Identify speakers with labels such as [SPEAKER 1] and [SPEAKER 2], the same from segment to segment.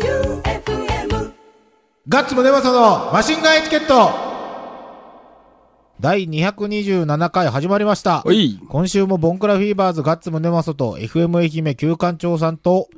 [SPEAKER 1] J-O-E-U-F-M
[SPEAKER 2] ガッツムネマソのマシンガンエチケット第227回始まりました。
[SPEAKER 3] おい。
[SPEAKER 2] 今週もボンクラフィーバーズガッツムネマソと FM 愛媛旧館長さんと、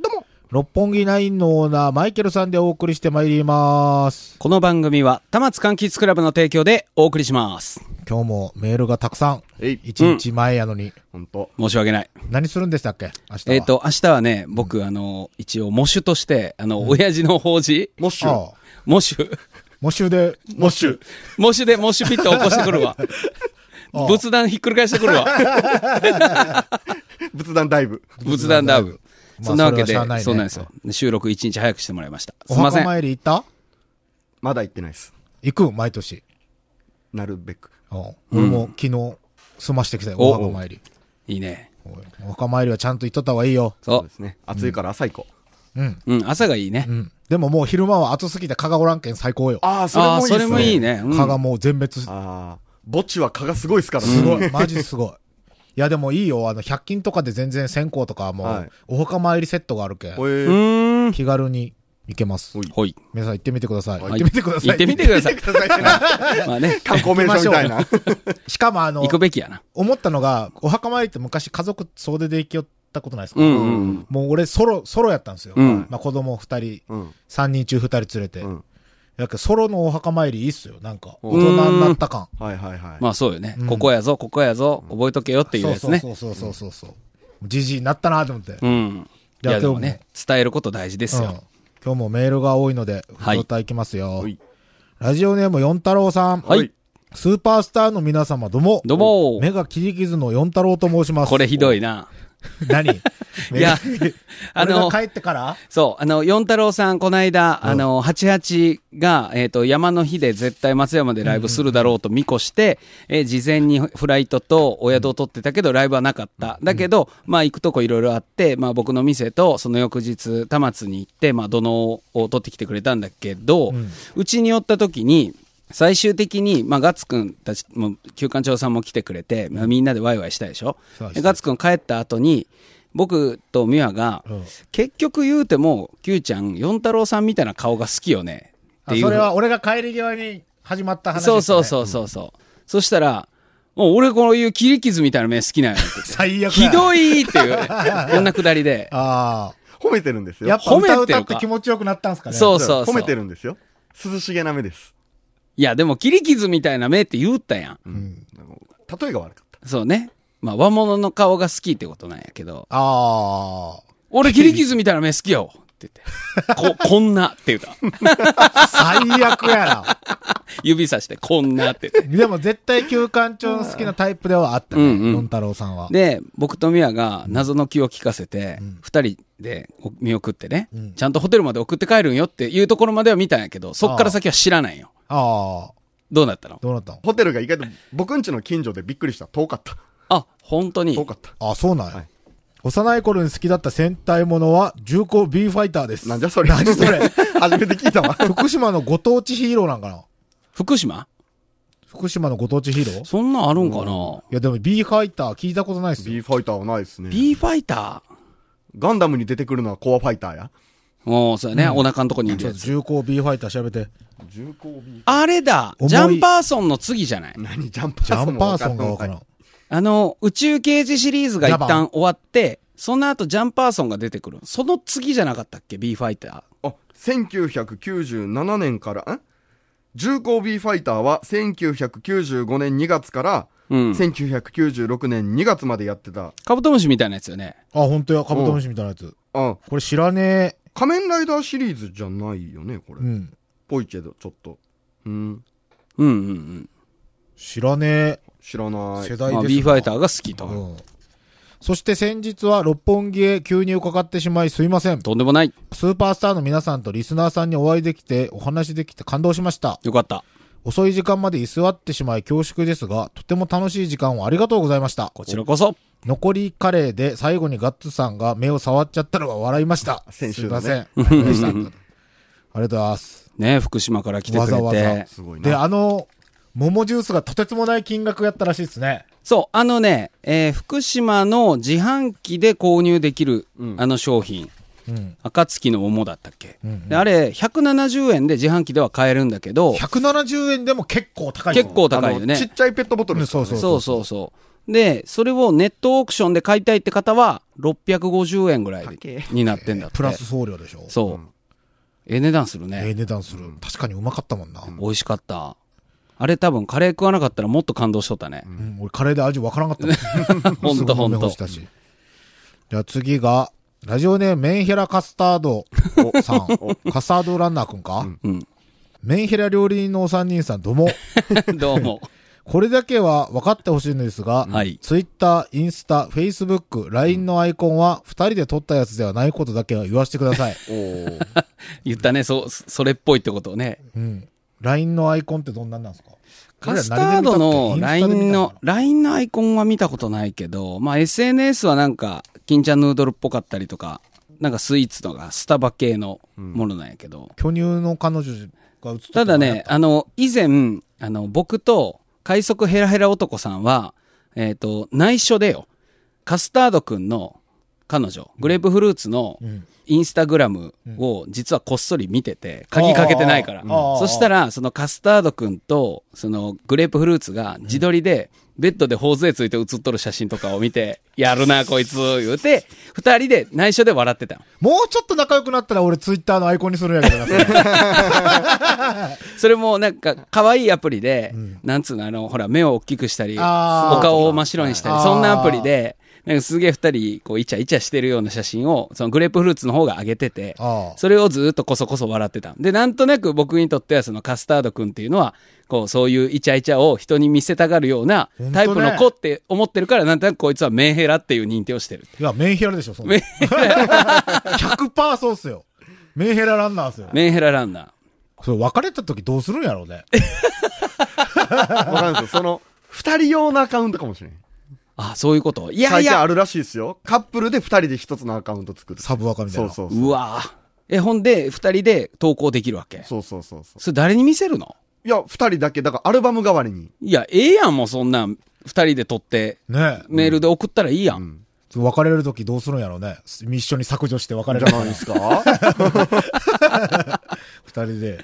[SPEAKER 2] 六本木ナインのオーナーマイケルさんでお送りしてまいります。
[SPEAKER 3] この番組は、田松柑橘クラブの提供でお送りします。
[SPEAKER 2] 今日もメールがたくさん。
[SPEAKER 4] えい
[SPEAKER 2] 一日前やのに。
[SPEAKER 4] 本当。
[SPEAKER 3] 申し訳ない。
[SPEAKER 2] 何するんでしたっけ明日は。
[SPEAKER 3] えっ、と、明日はね、僕、あの、一応、喪主として、あの、親父の法事、
[SPEAKER 4] モッシュ。
[SPEAKER 2] ああ。
[SPEAKER 3] 喪主、
[SPEAKER 2] 喪主で、
[SPEAKER 4] モッシュ。
[SPEAKER 3] 喪主で喪主ピット起こしてくるわ。仏壇ひっくり返してくる わ。
[SPEAKER 4] 仏壇ダイブ。
[SPEAKER 3] 仏壇ダーブ。
[SPEAKER 2] まあ
[SPEAKER 3] そんなわけで、
[SPEAKER 2] それ
[SPEAKER 3] そ
[SPEAKER 2] はしゃあないね
[SPEAKER 3] うなんですよ。収録一日早くしてもらいました。す
[SPEAKER 2] お
[SPEAKER 3] いませ
[SPEAKER 2] 墓
[SPEAKER 3] ん。
[SPEAKER 2] 参り行った
[SPEAKER 4] まだ行ってないです。
[SPEAKER 2] 行く毎年。
[SPEAKER 4] なるべく。
[SPEAKER 2] うん俺も昨日、済ましてきたよ、お墓参り。
[SPEAKER 3] いいね。
[SPEAKER 2] お墓参りはちゃんと行っとった方がいいよ。
[SPEAKER 3] そ
[SPEAKER 4] そう
[SPEAKER 3] う
[SPEAKER 4] で。すね。暑いから朝行こう。
[SPEAKER 2] うん。
[SPEAKER 3] うん、朝がいいね。
[SPEAKER 2] うん。でももう昼間は暑すぎて蚊がおらんけん最高よ。
[SPEAKER 4] ああ、
[SPEAKER 3] ああ、そ
[SPEAKER 4] っ
[SPEAKER 3] れ
[SPEAKER 4] す
[SPEAKER 3] もいい。ね。うん
[SPEAKER 2] 蚊がもう全滅し
[SPEAKER 4] ああ、墓地は蚊がすごいですからね
[SPEAKER 2] すごい。マジすごい。いやでもいいよ。あの、100均とかで全然線香とかも
[SPEAKER 4] は
[SPEAKER 2] う
[SPEAKER 4] い、
[SPEAKER 2] お墓参りセットがあるけん、
[SPEAKER 4] おえ
[SPEAKER 3] うーん。
[SPEAKER 2] 気軽に行けます。
[SPEAKER 3] ほい。
[SPEAKER 2] 皆さん行ってみてください。
[SPEAKER 3] は
[SPEAKER 2] 行ってみてください。
[SPEAKER 3] 行ってみてください。
[SPEAKER 4] くださいね
[SPEAKER 3] まあね、
[SPEAKER 4] 観光名所みたいな。
[SPEAKER 2] しかもあの
[SPEAKER 3] 行、くべきやな。
[SPEAKER 2] 思ったのが、お墓参りって昔家族総出で行きよったことないですか
[SPEAKER 3] うんうんうん。
[SPEAKER 2] もう俺ソロ、ソロやったんですよ。
[SPEAKER 3] うん
[SPEAKER 2] まあ子供二人、
[SPEAKER 4] うん。
[SPEAKER 2] 三人中二人連れて。
[SPEAKER 4] うん
[SPEAKER 2] やけどソロのお墓参りいいっすよ。なんか、大
[SPEAKER 3] ん
[SPEAKER 2] 人になった感。
[SPEAKER 4] はいはいはい。
[SPEAKER 3] まあそうよね
[SPEAKER 2] う。ん
[SPEAKER 3] ここやぞ、ここやぞ、覚えとけよっていうやつね
[SPEAKER 2] そ。うそうそうそうそうそう。じじいになったなと思って。
[SPEAKER 3] うん。い
[SPEAKER 2] じゃあ
[SPEAKER 3] や、で
[SPEAKER 2] 今
[SPEAKER 3] も
[SPEAKER 2] 日も
[SPEAKER 3] ね、伝えること大事です
[SPEAKER 2] うん
[SPEAKER 3] よ。
[SPEAKER 2] 今日もメールが多いので、
[SPEAKER 3] はい
[SPEAKER 2] ふつおたいきますよ。
[SPEAKER 4] はい
[SPEAKER 2] ラジオネーム四太郎さん。
[SPEAKER 3] はい
[SPEAKER 4] はい
[SPEAKER 2] スーパースターの皆様どうも。
[SPEAKER 3] どうも
[SPEAKER 2] 目が切り傷の四太郎と申します。
[SPEAKER 3] これひど
[SPEAKER 2] い。
[SPEAKER 3] いな。
[SPEAKER 2] 何
[SPEAKER 3] いや、 あ
[SPEAKER 2] あの、
[SPEAKER 3] の
[SPEAKER 2] 俺、が帰ってから
[SPEAKER 3] そう、あの、四太郎さん、この間、あの、88が、えっと、山の日で絶対松山でライブするだろうと見越して、えー、事前にフライトとお宿を取ってたけど、ライブはなかった。だけど、まあ、行くとこいろいろあって、まあ、僕の店と、その翌日、田松に行って、まあ、土のを取ってきてくれたんだけど
[SPEAKER 2] ん、
[SPEAKER 3] うちに寄った時に、最終的に、まあ、ガッツくんたちも、休館長さんも来てくれて、まあ、みんなでワイワイしたでしょ
[SPEAKER 2] そうで。す
[SPEAKER 3] でガッツくん帰った後に、僕と美和が、
[SPEAKER 2] うん
[SPEAKER 3] 結局言うても、Q ちゃん、四太郎さんみたいな顔が好きよね。っ
[SPEAKER 2] あ
[SPEAKER 3] ていう。
[SPEAKER 2] それは俺が帰り際に始まった話、
[SPEAKER 3] そうそうそうそうそう。そしたら、もう俺こういう切り傷みたいな目好きなんやって。
[SPEAKER 2] う。最悪
[SPEAKER 3] ひ
[SPEAKER 2] い。
[SPEAKER 3] どいっていう、 こんなくだりで。
[SPEAKER 2] あ
[SPEAKER 4] 褒めてるんです
[SPEAKER 2] あ。
[SPEAKER 4] よ。
[SPEAKER 2] やっぱ
[SPEAKER 3] 褒めて
[SPEAKER 2] 歌
[SPEAKER 3] よ
[SPEAKER 2] 歌って気持ちよくなったんすかね。
[SPEAKER 3] そうそ
[SPEAKER 4] だか
[SPEAKER 3] う
[SPEAKER 4] ら
[SPEAKER 3] そう。
[SPEAKER 4] 褒めてるんですよ。涼しげな目です。
[SPEAKER 3] いや、でも切り傷みたいな目って言ったやん。
[SPEAKER 4] うん。あの例えが悪かっ
[SPEAKER 3] そうね。まあ、和物の顔が好きってことなんやけど、
[SPEAKER 2] あ
[SPEAKER 3] 俺切り傷みたいな目好きよって言って。こ、こんなって言った。
[SPEAKER 2] あ。最悪やな。
[SPEAKER 3] 指さして、こんなって言って。
[SPEAKER 2] でも絶対休館長の好きなタイプではあった
[SPEAKER 3] う
[SPEAKER 2] ね。
[SPEAKER 3] んうん
[SPEAKER 2] 四太郎さんは。
[SPEAKER 3] で、僕とミヤが謎の気を利かせて、二、人で見送ってね、
[SPEAKER 2] うん
[SPEAKER 3] ちゃんとホテルまで送って帰るんよっていうところまでは見たんやけど、そっから先は知らないよ。
[SPEAKER 2] ああ、
[SPEAKER 3] どうなったの
[SPEAKER 2] どうなったの
[SPEAKER 4] た。ホテルが意外と僕ん家の近所でびっくりした。遠かった。
[SPEAKER 3] あ、本当に
[SPEAKER 4] 遠。かった。
[SPEAKER 2] ああ、そうなんや。
[SPEAKER 4] はい
[SPEAKER 2] 幼い頃に好きだった戦隊ものは重厚 B ファイターです。
[SPEAKER 4] なんじゃそれ。
[SPEAKER 2] 何それ。
[SPEAKER 4] 初めて聞いたわ。
[SPEAKER 2] 福島のご当地ヒーローなんかな
[SPEAKER 3] 福島
[SPEAKER 2] 福島のご当地ヒーローい
[SPEAKER 3] そんなんあるんかな、
[SPEAKER 2] やでも B ファイター聞いたことないっすよ。
[SPEAKER 4] B ファイターはないですね。
[SPEAKER 3] ?B ファイター
[SPEAKER 4] ガンダムに出てくるのはコアファイターや。
[SPEAKER 3] もう、そうやね、お腹のとこにいる
[SPEAKER 2] ちょっ
[SPEAKER 3] や
[SPEAKER 2] と
[SPEAKER 3] つ。
[SPEAKER 2] 重厚 B ファイター調べて。
[SPEAKER 4] 重厚 B。
[SPEAKER 3] あれだ
[SPEAKER 2] 重い
[SPEAKER 3] ジャンパーソンの次じゃない
[SPEAKER 4] 何ジャンパー
[SPEAKER 2] ジ
[SPEAKER 4] ソン
[SPEAKER 2] ャンパーソンが
[SPEAKER 4] わ
[SPEAKER 2] わ
[SPEAKER 4] か
[SPEAKER 2] か
[SPEAKER 4] んな
[SPEAKER 2] ら
[SPEAKER 4] い
[SPEAKER 2] ん。
[SPEAKER 3] あの、宇宙刑事シリーズが一
[SPEAKER 2] ジャバン
[SPEAKER 3] 旦終わって、その後ジャンパーソンが出てくる。その次じゃなかったっけ ?B ファイタ
[SPEAKER 4] あ、1997年から、ん重工 B ファイターは1995年2月から、
[SPEAKER 3] ー。うん。
[SPEAKER 4] 1996年2月までやってた。
[SPEAKER 3] カブトムシみたいなやつよね。
[SPEAKER 2] あ、ほんとや。カブトムシみたいなやつ。
[SPEAKER 4] あ、
[SPEAKER 2] これ知らねえ。
[SPEAKER 4] 仮面ライダーシリーズじゃないよね、これ。
[SPEAKER 2] うん。
[SPEAKER 4] ぽいけど、ちょっと。うん。
[SPEAKER 3] うんうんうん。
[SPEAKER 2] 知らね
[SPEAKER 4] 知ら
[SPEAKER 2] え
[SPEAKER 4] ない。
[SPEAKER 2] 世代です
[SPEAKER 3] ま
[SPEAKER 2] な。
[SPEAKER 3] あ、B ファイターが好きと。
[SPEAKER 2] うん。そして先日は六本木へ急に伺ってしまいすいません。
[SPEAKER 3] とんでもない。
[SPEAKER 2] スーパースターの皆さんとリスナーさんにお会いできて、お話できて感動しました。
[SPEAKER 3] よかった。
[SPEAKER 2] 遅い時間まで居座ってしまい恐縮ですが、とても楽しい時間をありがとうございました。
[SPEAKER 3] こちらこそ。
[SPEAKER 2] 残りカレーで最後にガッツさんが目を触っちゃったのが笑いました。
[SPEAKER 4] 先週
[SPEAKER 2] すいま
[SPEAKER 4] だ
[SPEAKER 2] せん。
[SPEAKER 4] ね
[SPEAKER 2] ありがとうございましたありがとうございます。
[SPEAKER 3] ね福島から来てくれて。
[SPEAKER 2] わざわざ
[SPEAKER 4] すごい
[SPEAKER 2] で、
[SPEAKER 4] な。
[SPEAKER 2] あの、桃ジュースがとてつもない金額やったらしいですね。
[SPEAKER 3] そう、あのね、えー福島の自販機で購入できる、
[SPEAKER 4] うん
[SPEAKER 3] あの商品。
[SPEAKER 2] うん。
[SPEAKER 3] 暁の桃だったっけ、
[SPEAKER 2] うんうん
[SPEAKER 3] であれ170円で自販機では買えるんだけど
[SPEAKER 2] 170円でも結構高いぞ。
[SPEAKER 3] 結構高いよ
[SPEAKER 4] あのちっ
[SPEAKER 3] ね
[SPEAKER 4] ちゃいペットボトルですからね
[SPEAKER 2] うん
[SPEAKER 3] そうそうそうでそれをネットオークションで買いたいって方は650円ぐらい
[SPEAKER 4] 高え
[SPEAKER 3] になってんだって
[SPEAKER 2] プラス送料でしょ。
[SPEAKER 3] そう、
[SPEAKER 4] うん
[SPEAKER 3] ええ値段する
[SPEAKER 2] ええ
[SPEAKER 3] ね、
[SPEAKER 2] 値段する。確かにうまかったもんな。
[SPEAKER 3] 美味しかったあれ多分カレー食わなかったらもっと感動しとったね、
[SPEAKER 2] うん、俺カレーで味わからんかったもん。
[SPEAKER 3] ほんとほ
[SPEAKER 2] すぐ飲
[SPEAKER 3] んと
[SPEAKER 2] み干したしじゃあ次が、ラジオネームメンヘラカスタードさん。カスタードランナーくんか、
[SPEAKER 3] うん
[SPEAKER 2] メンヘラ料理人のお三人さん、どうも。
[SPEAKER 3] どうも
[SPEAKER 2] これだけは分かってほしいのですが、
[SPEAKER 3] はい
[SPEAKER 2] ツイッター、インスタ、フェイスブック、LINE のアイコンは二人で撮ったやつではないことだけは言わせてください。
[SPEAKER 4] おー
[SPEAKER 3] 言ったねそそれっぽいってことをね
[SPEAKER 2] うん。LINE のアイコンってどんなんなんですか
[SPEAKER 3] カスタードの LINE の、LINE のアイコンは見たことないけど、まあ SNS はなんか、金ちゃんヌードルっぽかったりとか、なんかスイーツとかスタバ系のものなんやけど。
[SPEAKER 2] 巨乳の彼女が映って
[SPEAKER 3] ただね、あの、以前、あの、僕と、快速ヘラヘラ男さんは、えっ、と、内緒でよ、カスタードくんの彼女、グレープフルーツの
[SPEAKER 2] ん
[SPEAKER 3] インスタグラムを実はこっそり見てて、鍵かけてないから。
[SPEAKER 2] あーあーあー
[SPEAKER 3] そしたら、そのカスタードくんと、そのグレープフルーツが自撮りで、ベッドで頬杖ついて写っとる写真とかを見て、やるな、こいつ、言うて、二人で内緒で笑ってたの。
[SPEAKER 2] もうちょっと仲良くなったら俺ツイッターのアイコンにするんやけどな、それ
[SPEAKER 3] それもなんか可愛いアプリで、なんつうのあのほら目を大きくしたりお
[SPEAKER 2] あー
[SPEAKER 3] 顔を真っ白にした
[SPEAKER 2] あ
[SPEAKER 3] り
[SPEAKER 2] ー
[SPEAKER 3] そんなアプリでなんかすげえ二人こうイチャイチャしてるような写真をそのグレープフルーツの方が上げてて
[SPEAKER 2] ああ
[SPEAKER 3] それをずーっとこそこそ笑ってたでなんとなく僕にとってはそのカスタードくんっていうのはこうそういうイチャイチャを人に見せたがるような
[SPEAKER 2] ほんとね
[SPEAKER 3] タイプの子って思ってるからなんとなくこいつはメンヘラっていう認定をしてる
[SPEAKER 2] いや、メンヘラでしょ、そんな
[SPEAKER 3] メン
[SPEAKER 2] の。100%そうっすよ。メンヘラランナーっすよ。
[SPEAKER 3] メンヘラランナ
[SPEAKER 2] それ別れた時どうするんやろうね。
[SPEAKER 4] わかんないですよその二人用のアカウントかもしれん
[SPEAKER 3] ーあそういうこといや
[SPEAKER 4] 最
[SPEAKER 3] い
[SPEAKER 4] 近あ
[SPEAKER 3] や
[SPEAKER 4] るらしいですよカップルで二人で一つのアカウント作る
[SPEAKER 2] サブワカみたい
[SPEAKER 4] そう
[SPEAKER 2] な。
[SPEAKER 4] そうそう
[SPEAKER 3] うわーえほんで二人で投稿できるわけ
[SPEAKER 4] そうそうそうそう
[SPEAKER 3] それ誰に見せるの
[SPEAKER 4] いや二人だけだからアルバム代わりに
[SPEAKER 3] いや、ええやん、もうそんなん。二人で撮って、
[SPEAKER 2] ねえ。
[SPEAKER 3] メールで送ったらいいやん。
[SPEAKER 2] 別れる時どうするんやろうね。一緒に削除して別れ
[SPEAKER 4] じ
[SPEAKER 2] る
[SPEAKER 4] ゃないですか
[SPEAKER 2] 二人で。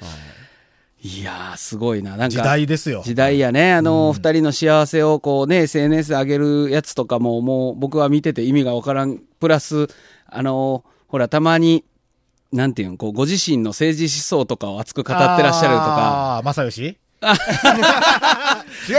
[SPEAKER 3] いやー、すごいな。なんか。
[SPEAKER 2] 時代ですよ。
[SPEAKER 3] 時代やね。あの、二人の幸せをこうね、SNS で上げるやつとかも、もう僕は見てて意味がわからん。プラス、あの、ほら、たまに、なんていうん、こう、ご自身の政治思想とかを熱く語ってらっしゃるとか。
[SPEAKER 2] ああ、正義
[SPEAKER 4] 違う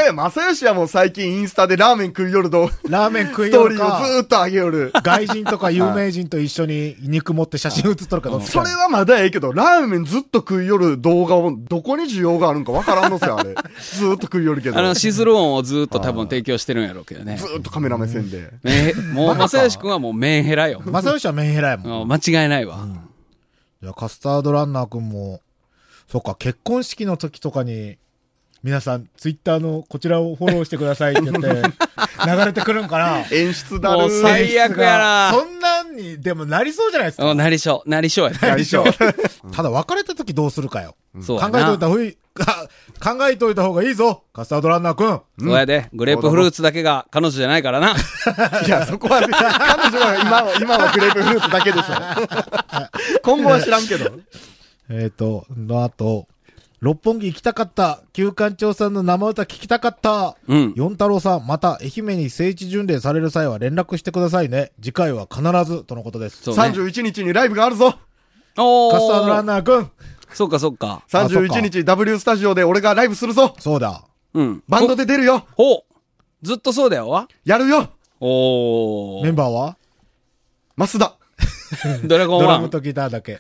[SPEAKER 4] よ正義はもう最近インスタでラーメン食いよるとス
[SPEAKER 2] ラーメン食い
[SPEAKER 4] ト
[SPEAKER 2] よ
[SPEAKER 4] ーリ
[SPEAKER 2] る
[SPEAKER 4] ーをず
[SPEAKER 2] か、
[SPEAKER 4] ーっと上げよる
[SPEAKER 2] 外人とか有名人と一緒に肉持って写真写っとるかどっち
[SPEAKER 4] そ
[SPEAKER 2] か
[SPEAKER 4] れはまだええけど、ラーメンずっと食いよる動画を、どこに需要があるんかわからんのっすよ、あれ。ずーっと食いよるけど。
[SPEAKER 3] あの、
[SPEAKER 4] ず
[SPEAKER 3] シズル音をずっと多分提供してるんやろうけどね。
[SPEAKER 4] ーっとカメラ目線で。
[SPEAKER 3] メンヘもう、正義くんはもうメンヘラよ。
[SPEAKER 2] 正義はメンヘラやもん。
[SPEAKER 3] うん間違いないわ。
[SPEAKER 2] じゃあカスタードランナーくんも、そっか、結婚式の時とかに、皆さん、ツイッターのこちらをフォローしてくださいって 言って、流れてくるんかな
[SPEAKER 4] 演出だる
[SPEAKER 3] もう最
[SPEAKER 4] ー。
[SPEAKER 3] 悪やな
[SPEAKER 2] そんなんに、でもなりそうじゃないです
[SPEAKER 3] う
[SPEAKER 2] か
[SPEAKER 3] ん。なりしょ、なりしょやね。
[SPEAKER 4] 最初。
[SPEAKER 2] ただ別れた時どうするかよ。
[SPEAKER 3] そう
[SPEAKER 2] 考
[SPEAKER 3] や
[SPEAKER 2] え
[SPEAKER 3] な
[SPEAKER 2] といた方がいい、 あ考えといた方がいいぞ、カスタードランナーくん。
[SPEAKER 3] そうやで、グレープフルーツだけが彼女じゃないからな。
[SPEAKER 4] いや、そこは、彼女は今は、今はグレープフルーツだけでしょ。今後は知らんけど。
[SPEAKER 2] えっ、と、の後、六本木行きたかった、旧館長さんの生歌聞きたかった、
[SPEAKER 3] うん
[SPEAKER 2] 四太郎さん、また愛媛に聖地巡礼される際は連絡してくださいね。次回は必ず、とのことです。
[SPEAKER 3] そうね。
[SPEAKER 4] 31日にライブがあるぞ
[SPEAKER 3] おー
[SPEAKER 2] カスタードランナーくん
[SPEAKER 3] そうかそうか。
[SPEAKER 4] !31 日 W スタジオで俺がライブするぞ
[SPEAKER 2] そうだ。
[SPEAKER 3] うん。
[SPEAKER 4] バンドで出るよ
[SPEAKER 3] ほうずっとそうだよわ。
[SPEAKER 4] やるよ
[SPEAKER 3] お
[SPEAKER 2] メン
[SPEAKER 3] ー。
[SPEAKER 2] バーは
[SPEAKER 4] 増田
[SPEAKER 3] ドラゴ
[SPEAKER 2] ド
[SPEAKER 3] ンワ
[SPEAKER 2] ラ
[SPEAKER 3] ン
[SPEAKER 2] ム。とギターだけ。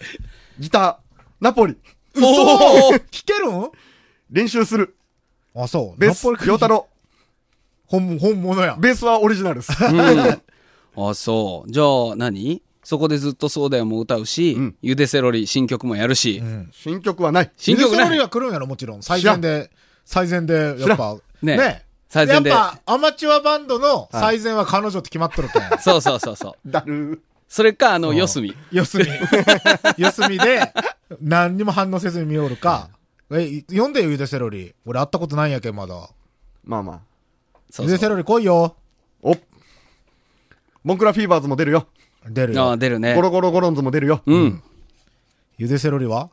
[SPEAKER 4] ギターナポリ
[SPEAKER 3] おー
[SPEAKER 2] 弾けるん
[SPEAKER 4] 練習する
[SPEAKER 2] あ、そう。
[SPEAKER 4] ベース
[SPEAKER 2] ナポリ
[SPEAKER 4] 陽太郎
[SPEAKER 2] 本、本物や。
[SPEAKER 4] ベースはオリジナルです。
[SPEAKER 3] あ、そう。じゃあ何そこでずっとそうだよも歌うし、
[SPEAKER 4] うん
[SPEAKER 3] ゆでセロリ新曲もやるし、
[SPEAKER 4] 新曲はない。
[SPEAKER 3] 新曲
[SPEAKER 2] ユニセロ
[SPEAKER 3] な
[SPEAKER 2] リ
[SPEAKER 3] い。
[SPEAKER 2] は来るんやろ、もちろん。最前で、最前で、やっぱ。
[SPEAKER 3] ね最
[SPEAKER 2] 最
[SPEAKER 3] 前
[SPEAKER 2] 前
[SPEAKER 3] で
[SPEAKER 2] で。やっぱ、アマチュアバンドの最前は彼女って決まっと るけん。
[SPEAKER 3] そうそうそうそう。
[SPEAKER 4] だる
[SPEAKER 3] それか、あの、四隅。
[SPEAKER 2] 四 隅。四隅で、何にも反応せずに見おるか。え、読んでよ、ゆでセロリ。俺会ったことないんやけん、まだ。
[SPEAKER 4] まあまあ。
[SPEAKER 3] そう
[SPEAKER 2] ゆで
[SPEAKER 3] そ
[SPEAKER 2] セ
[SPEAKER 3] う。
[SPEAKER 2] ロリ来いよ。
[SPEAKER 4] おボンクラフィーバーズも出るよ。
[SPEAKER 2] 出る
[SPEAKER 3] あ
[SPEAKER 2] よ
[SPEAKER 3] あ、。出るね
[SPEAKER 4] ゴ。ロゴロゴロンズも出るよ。
[SPEAKER 3] うん。
[SPEAKER 2] ゆでセロリは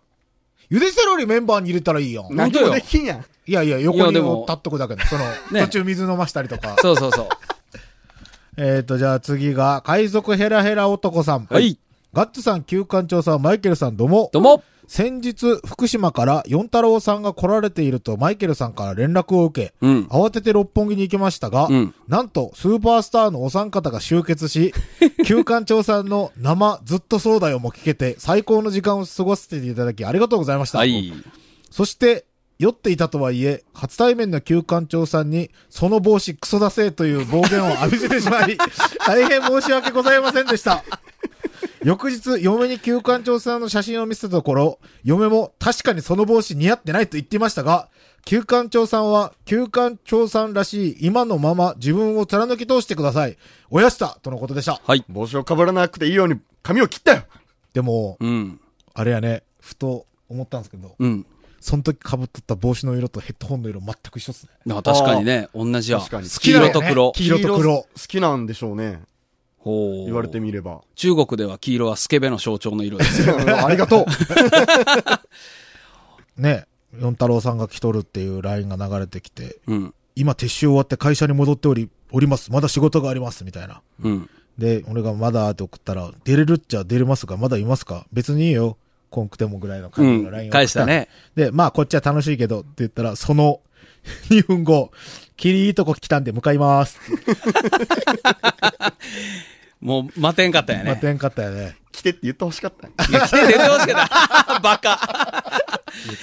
[SPEAKER 2] ゆでセロリメンバーに入れたらいいやん。
[SPEAKER 3] 本当よ
[SPEAKER 4] 何もできんやん。
[SPEAKER 2] いやいや、
[SPEAKER 3] い
[SPEAKER 2] 横
[SPEAKER 3] や
[SPEAKER 2] に
[SPEAKER 3] でも
[SPEAKER 2] 立っとくだけど、その、
[SPEAKER 3] ね
[SPEAKER 2] 途中水飲ましたりとか。
[SPEAKER 3] そうそうそう。
[SPEAKER 2] えっと、じゃあ次が、海賊ヘラヘラ男さん。
[SPEAKER 3] はい。
[SPEAKER 2] ガッツさん、旧館長さん、マイケルさん、どうも。
[SPEAKER 3] ど うも。
[SPEAKER 2] 先日、福島から四太郎さんが来られているとマイケルさんから連絡を受け、
[SPEAKER 3] うん。
[SPEAKER 2] 慌てて六本木に行きましたが、
[SPEAKER 3] うん
[SPEAKER 2] なんとスーパースターのお三方が集結 し、旧館長さんの生ずっとそうだよも聞けて、最高の時間を過ごさせていただきありがとうございました。
[SPEAKER 3] はい。
[SPEAKER 2] そして、酔っていたとはいえ、初対面の旧館長さんに、その帽子クソだせえという暴言を浴びせてしまい、大変申し訳ございませんでした。翌日、嫁に旧館長さんの写真を見せたところ、嫁も確かにその帽子似合ってないと言っていましたが、旧館長さんは、旧館長さんらしい今のまま自分を貫き通してください。おやしたとのことでした。
[SPEAKER 3] はい。
[SPEAKER 4] 帽子をかぶらなくていいように髪を切ったよ。
[SPEAKER 2] でも、
[SPEAKER 3] うん。
[SPEAKER 2] あれやね、ふと思ったんですけど、
[SPEAKER 3] うん。
[SPEAKER 2] その時被っとった帽子の色とヘッドホンの色全く一緒っすね。
[SPEAKER 3] あ確かにね、同じや。
[SPEAKER 4] 確かに
[SPEAKER 3] 黄色と黒。
[SPEAKER 2] 黄色と黒
[SPEAKER 4] 好。きなんでしょうね。
[SPEAKER 3] ほう
[SPEAKER 4] 言われてみれば。
[SPEAKER 3] 中国では黄色はスケベの象徴の色ですよ。
[SPEAKER 4] ありがとう。
[SPEAKER 2] ね、四太郎さんが来とるっていう LINE が流れてきて、
[SPEAKER 3] うん。
[SPEAKER 2] 今撤収終わって会社に戻っており、おります。まだ仕事があります。みたいな。
[SPEAKER 3] うん。
[SPEAKER 2] で、俺がまだって送ったら、出れるっちゃ出れますが、まだいますか別にいいよ。こんくてもぐらいの
[SPEAKER 3] う
[SPEAKER 2] 感じの LINE
[SPEAKER 3] ん。
[SPEAKER 2] を送
[SPEAKER 3] 返
[SPEAKER 2] っ、
[SPEAKER 3] したた。ね。
[SPEAKER 2] で、まあこっちは楽しいけどって言ったら、その 2分後、キリいいとこ来たんで向かいます。
[SPEAKER 3] もう、待てんかったよ
[SPEAKER 2] 待
[SPEAKER 3] ね。
[SPEAKER 2] てんかったよね。
[SPEAKER 4] 来てって言ってほしかった。
[SPEAKER 3] いや来て出てほしか った。バカ。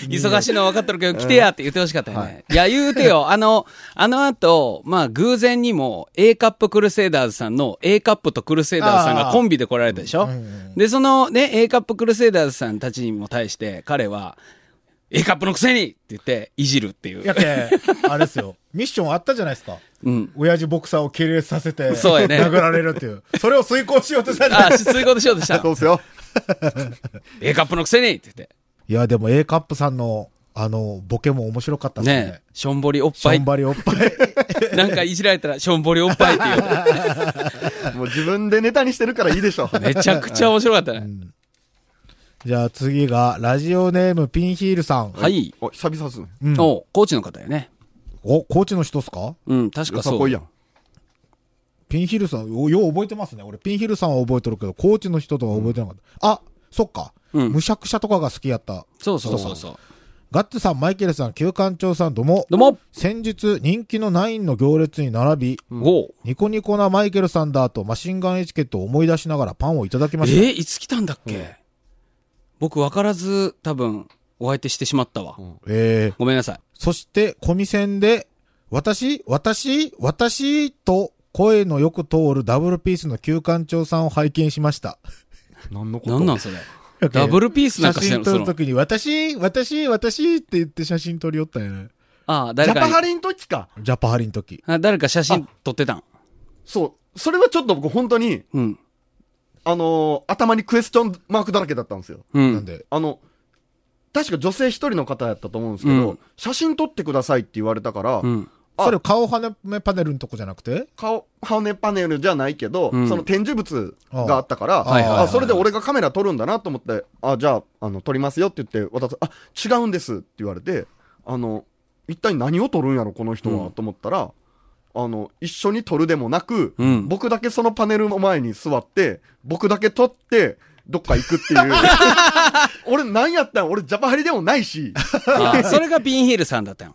[SPEAKER 3] 忙しいの分かってるけど、来てやって言ってほしかったよね。いや、言うてよ。あの、あの後、まあ、偶然にも A カップクルセイダーズさんの A カップとクルセイダーズさんがコンビで来られたでしょ
[SPEAKER 2] うんうん
[SPEAKER 3] で、そのね、A カップクルセイダーズさんたちにも対して、彼は、A カップのくせにって言って、いじるってい
[SPEAKER 2] や
[SPEAKER 3] う。
[SPEAKER 2] け、あれですよ。ミッションあったじゃないですか。
[SPEAKER 3] うん。
[SPEAKER 2] 親父ボクサーを蹴裂させて、
[SPEAKER 3] そうやね
[SPEAKER 2] 殴られるっていう。それを遂行しようとされた
[SPEAKER 3] あ、そういうことしようとした の
[SPEAKER 4] そう。ですよ。
[SPEAKER 3] A カップのくせにって言って。
[SPEAKER 2] いや、でも A カップさんの、あの、ボケも面白かったですね。
[SPEAKER 3] ねえ、しょんぼりおっ
[SPEAKER 2] シ
[SPEAKER 3] ぱ
[SPEAKER 2] ョン
[SPEAKER 3] い。
[SPEAKER 2] バリおっぱい。
[SPEAKER 3] なんかいじられたら、しょんぼりおっぱいっていう。
[SPEAKER 4] もう自分でネタにしてるからいいでしょ。
[SPEAKER 3] めちゃくちゃ面白かったね。
[SPEAKER 2] じゃあ次が、ラジオネームピンヒールさん。
[SPEAKER 3] は。い。
[SPEAKER 4] お、久々ですね。
[SPEAKER 2] うん、お、
[SPEAKER 3] おうコーチの方よね。
[SPEAKER 2] 高知の人っすか
[SPEAKER 3] うん、確
[SPEAKER 4] よ
[SPEAKER 3] か
[SPEAKER 4] さ
[SPEAKER 3] そ
[SPEAKER 4] こ
[SPEAKER 3] う。
[SPEAKER 4] いやん。
[SPEAKER 2] ピンヒールさん、およう覚えてますね。俺、ピンヒールさんは覚えてるけど、高知の人とは覚えてなかった。あ、そっか。
[SPEAKER 3] うん
[SPEAKER 2] むしゃくしゃとかが好きやった。
[SPEAKER 3] そうそうそうそう。
[SPEAKER 2] ガッツさん、マイケルさん、旧館長さん、どうも。
[SPEAKER 3] どうも。
[SPEAKER 2] 先日、人気のナインの行列に並び、
[SPEAKER 3] おう
[SPEAKER 2] ニコニコなマイケルさんだとマシンガンエチケットを思い出しながらパンをいただき
[SPEAKER 3] え
[SPEAKER 2] ました。
[SPEAKER 3] ー、いつ来たんだっけ僕分からず、多分、お相手してしまったわ。
[SPEAKER 2] えー
[SPEAKER 3] ごめんなさい。
[SPEAKER 2] そして、コミセンで、私、私、私と声のよく通るダブルピースの旧館長さんを拝見しました。
[SPEAKER 4] 何のこと
[SPEAKER 3] なんなんそれ。 ダブルピースなん
[SPEAKER 2] 写
[SPEAKER 3] かして
[SPEAKER 2] 真
[SPEAKER 3] るのそ
[SPEAKER 2] 撮る
[SPEAKER 3] の
[SPEAKER 2] と。きに、私、私、私って言って写真撮りよったんやね。
[SPEAKER 3] ああ、
[SPEAKER 4] ジ
[SPEAKER 3] 誰
[SPEAKER 4] ャパハ
[SPEAKER 3] かに。
[SPEAKER 4] リの時か。
[SPEAKER 2] ジャパハリの時。
[SPEAKER 3] あ誰か写真撮ってたん。
[SPEAKER 4] そう。それはちょっと僕本当に、
[SPEAKER 3] うん。
[SPEAKER 4] あのー頭にクエスチョンマークだらけだったんですよ。
[SPEAKER 3] う
[SPEAKER 2] なん
[SPEAKER 3] ん。
[SPEAKER 2] で、
[SPEAKER 4] あの、確か女性一人の方やったと思うんですけど、
[SPEAKER 3] うん
[SPEAKER 4] 写真撮ってくださいって言われたから、
[SPEAKER 3] うん。
[SPEAKER 4] あ
[SPEAKER 2] それ顔はめパネルのとこじゃなくて
[SPEAKER 4] 顔、羽パネルじゃないけど、
[SPEAKER 3] うん
[SPEAKER 4] その展示物があったから、
[SPEAKER 2] ああはいはいはい
[SPEAKER 4] あそれで俺がカメラ撮るんだなと思って、あ、じゃあ、あの、撮りますよって言って、渡す、あ、違うんですって言われて、あの、一体何を撮るんやろ、この人は、
[SPEAKER 3] うん
[SPEAKER 4] と思ったら、あの、一緒に撮るでもなく、
[SPEAKER 3] うん
[SPEAKER 4] 僕だけそのパネルの前に座って、僕だけ撮って、どっか行くっ ていう。俺何やったん俺ジャパハリでもないし。
[SPEAKER 3] あーそれがピンヒールさんだったん。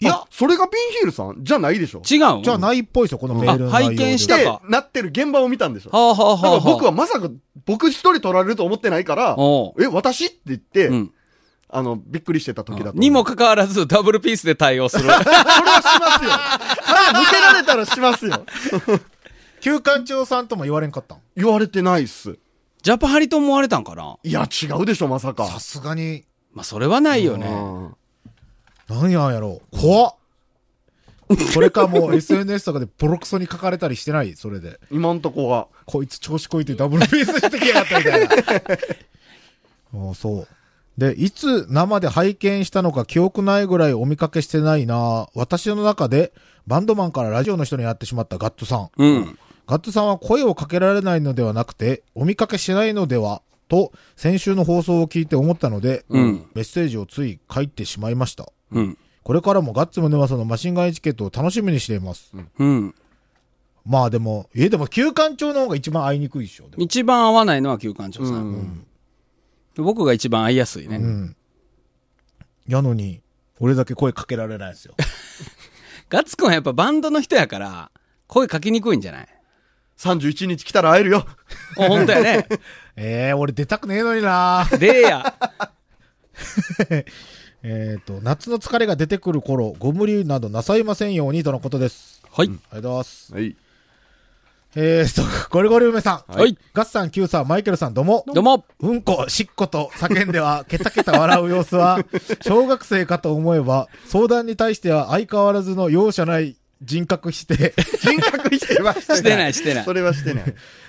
[SPEAKER 4] いや、それがピンヒールさんじゃないでしょ。
[SPEAKER 3] 違うん
[SPEAKER 2] じゃあないっぽいですよ、このメールの
[SPEAKER 3] あ
[SPEAKER 2] 内容
[SPEAKER 3] 拝見し
[SPEAKER 4] ったて
[SPEAKER 3] か
[SPEAKER 4] なってる現場を見たんでしょ。
[SPEAKER 3] はあはあ
[SPEAKER 4] だか
[SPEAKER 3] はあ
[SPEAKER 4] ら。僕はまさか僕一人取られると思ってないから、
[SPEAKER 3] お
[SPEAKER 4] え、私って言って、
[SPEAKER 3] うん
[SPEAKER 4] あの、びっくりしてた時だった。
[SPEAKER 3] にも、かかわらず、ダブルピースで対応 する。
[SPEAKER 4] それはしますよ。腹向けられたらしますよ。
[SPEAKER 2] 旧館長さんとも言われんかったん
[SPEAKER 4] 言われてないっす。
[SPEAKER 3] ジャパハリと思われたんかな。
[SPEAKER 4] いや、違うでしょ、まさか。
[SPEAKER 2] さすがに、
[SPEAKER 3] まあ、それはないよね。
[SPEAKER 4] うん
[SPEAKER 2] なんやんやろう。怖っ。それかもう SNS とかでボロクソに書かれたりしてないそれで。
[SPEAKER 4] 今んとこは。
[SPEAKER 2] こいつ調子こいてダブルフェイスしてきやがったみ たいな。ああそう。で、いつ生で拝見したのか記憶ないぐらいお見かけしてないな私の中でバンドマンからラジオの人になってしまったガットさん。
[SPEAKER 3] うん。
[SPEAKER 2] ガッツさんは声をかけられないのではなくて、お見かけしないのでは、と、先週の放送を聞いて思ったので、
[SPEAKER 3] うん
[SPEAKER 2] メッセージをつい書いてしまいました。
[SPEAKER 3] うん。
[SPEAKER 2] これからもガッツムネマソのマシンガンエチケットを楽しみにしています。
[SPEAKER 3] うん。
[SPEAKER 2] まあでも、え、でも休館長の方が一番会いにくいでしょ。でも
[SPEAKER 3] 一番合わないのは旧館長
[SPEAKER 4] う
[SPEAKER 3] さん。
[SPEAKER 4] ん。
[SPEAKER 3] 僕が一番会いやすいね。
[SPEAKER 2] うん。やのに、俺だけ声かけられないんですよ。
[SPEAKER 3] ガッツくんはやっぱバンドの人やから、声かけにくいんじ ゃない
[SPEAKER 4] 31日来たら会えるよ。
[SPEAKER 3] お、本当やね。
[SPEAKER 2] ええ俺出たくねえのにな
[SPEAKER 3] でや。
[SPEAKER 2] えっと、夏の疲れが出てくる頃、ご無理などなさいませんようにとのことです。
[SPEAKER 3] はい。
[SPEAKER 2] ありがとうございます。
[SPEAKER 4] はい。
[SPEAKER 2] えーと、ゴリゴリ梅さん。
[SPEAKER 3] はい。
[SPEAKER 2] ガッツさん、キューさん、マイケルさん、どうも。
[SPEAKER 3] どうも。
[SPEAKER 2] うんこ、しっこと叫んでは、ケタケタ笑う様子 は、小学生かと思えば、相談に対しては相変わらずの容赦ない人格 して、
[SPEAKER 4] 人格否定はしてない。
[SPEAKER 3] してないしてない
[SPEAKER 4] それはしてない。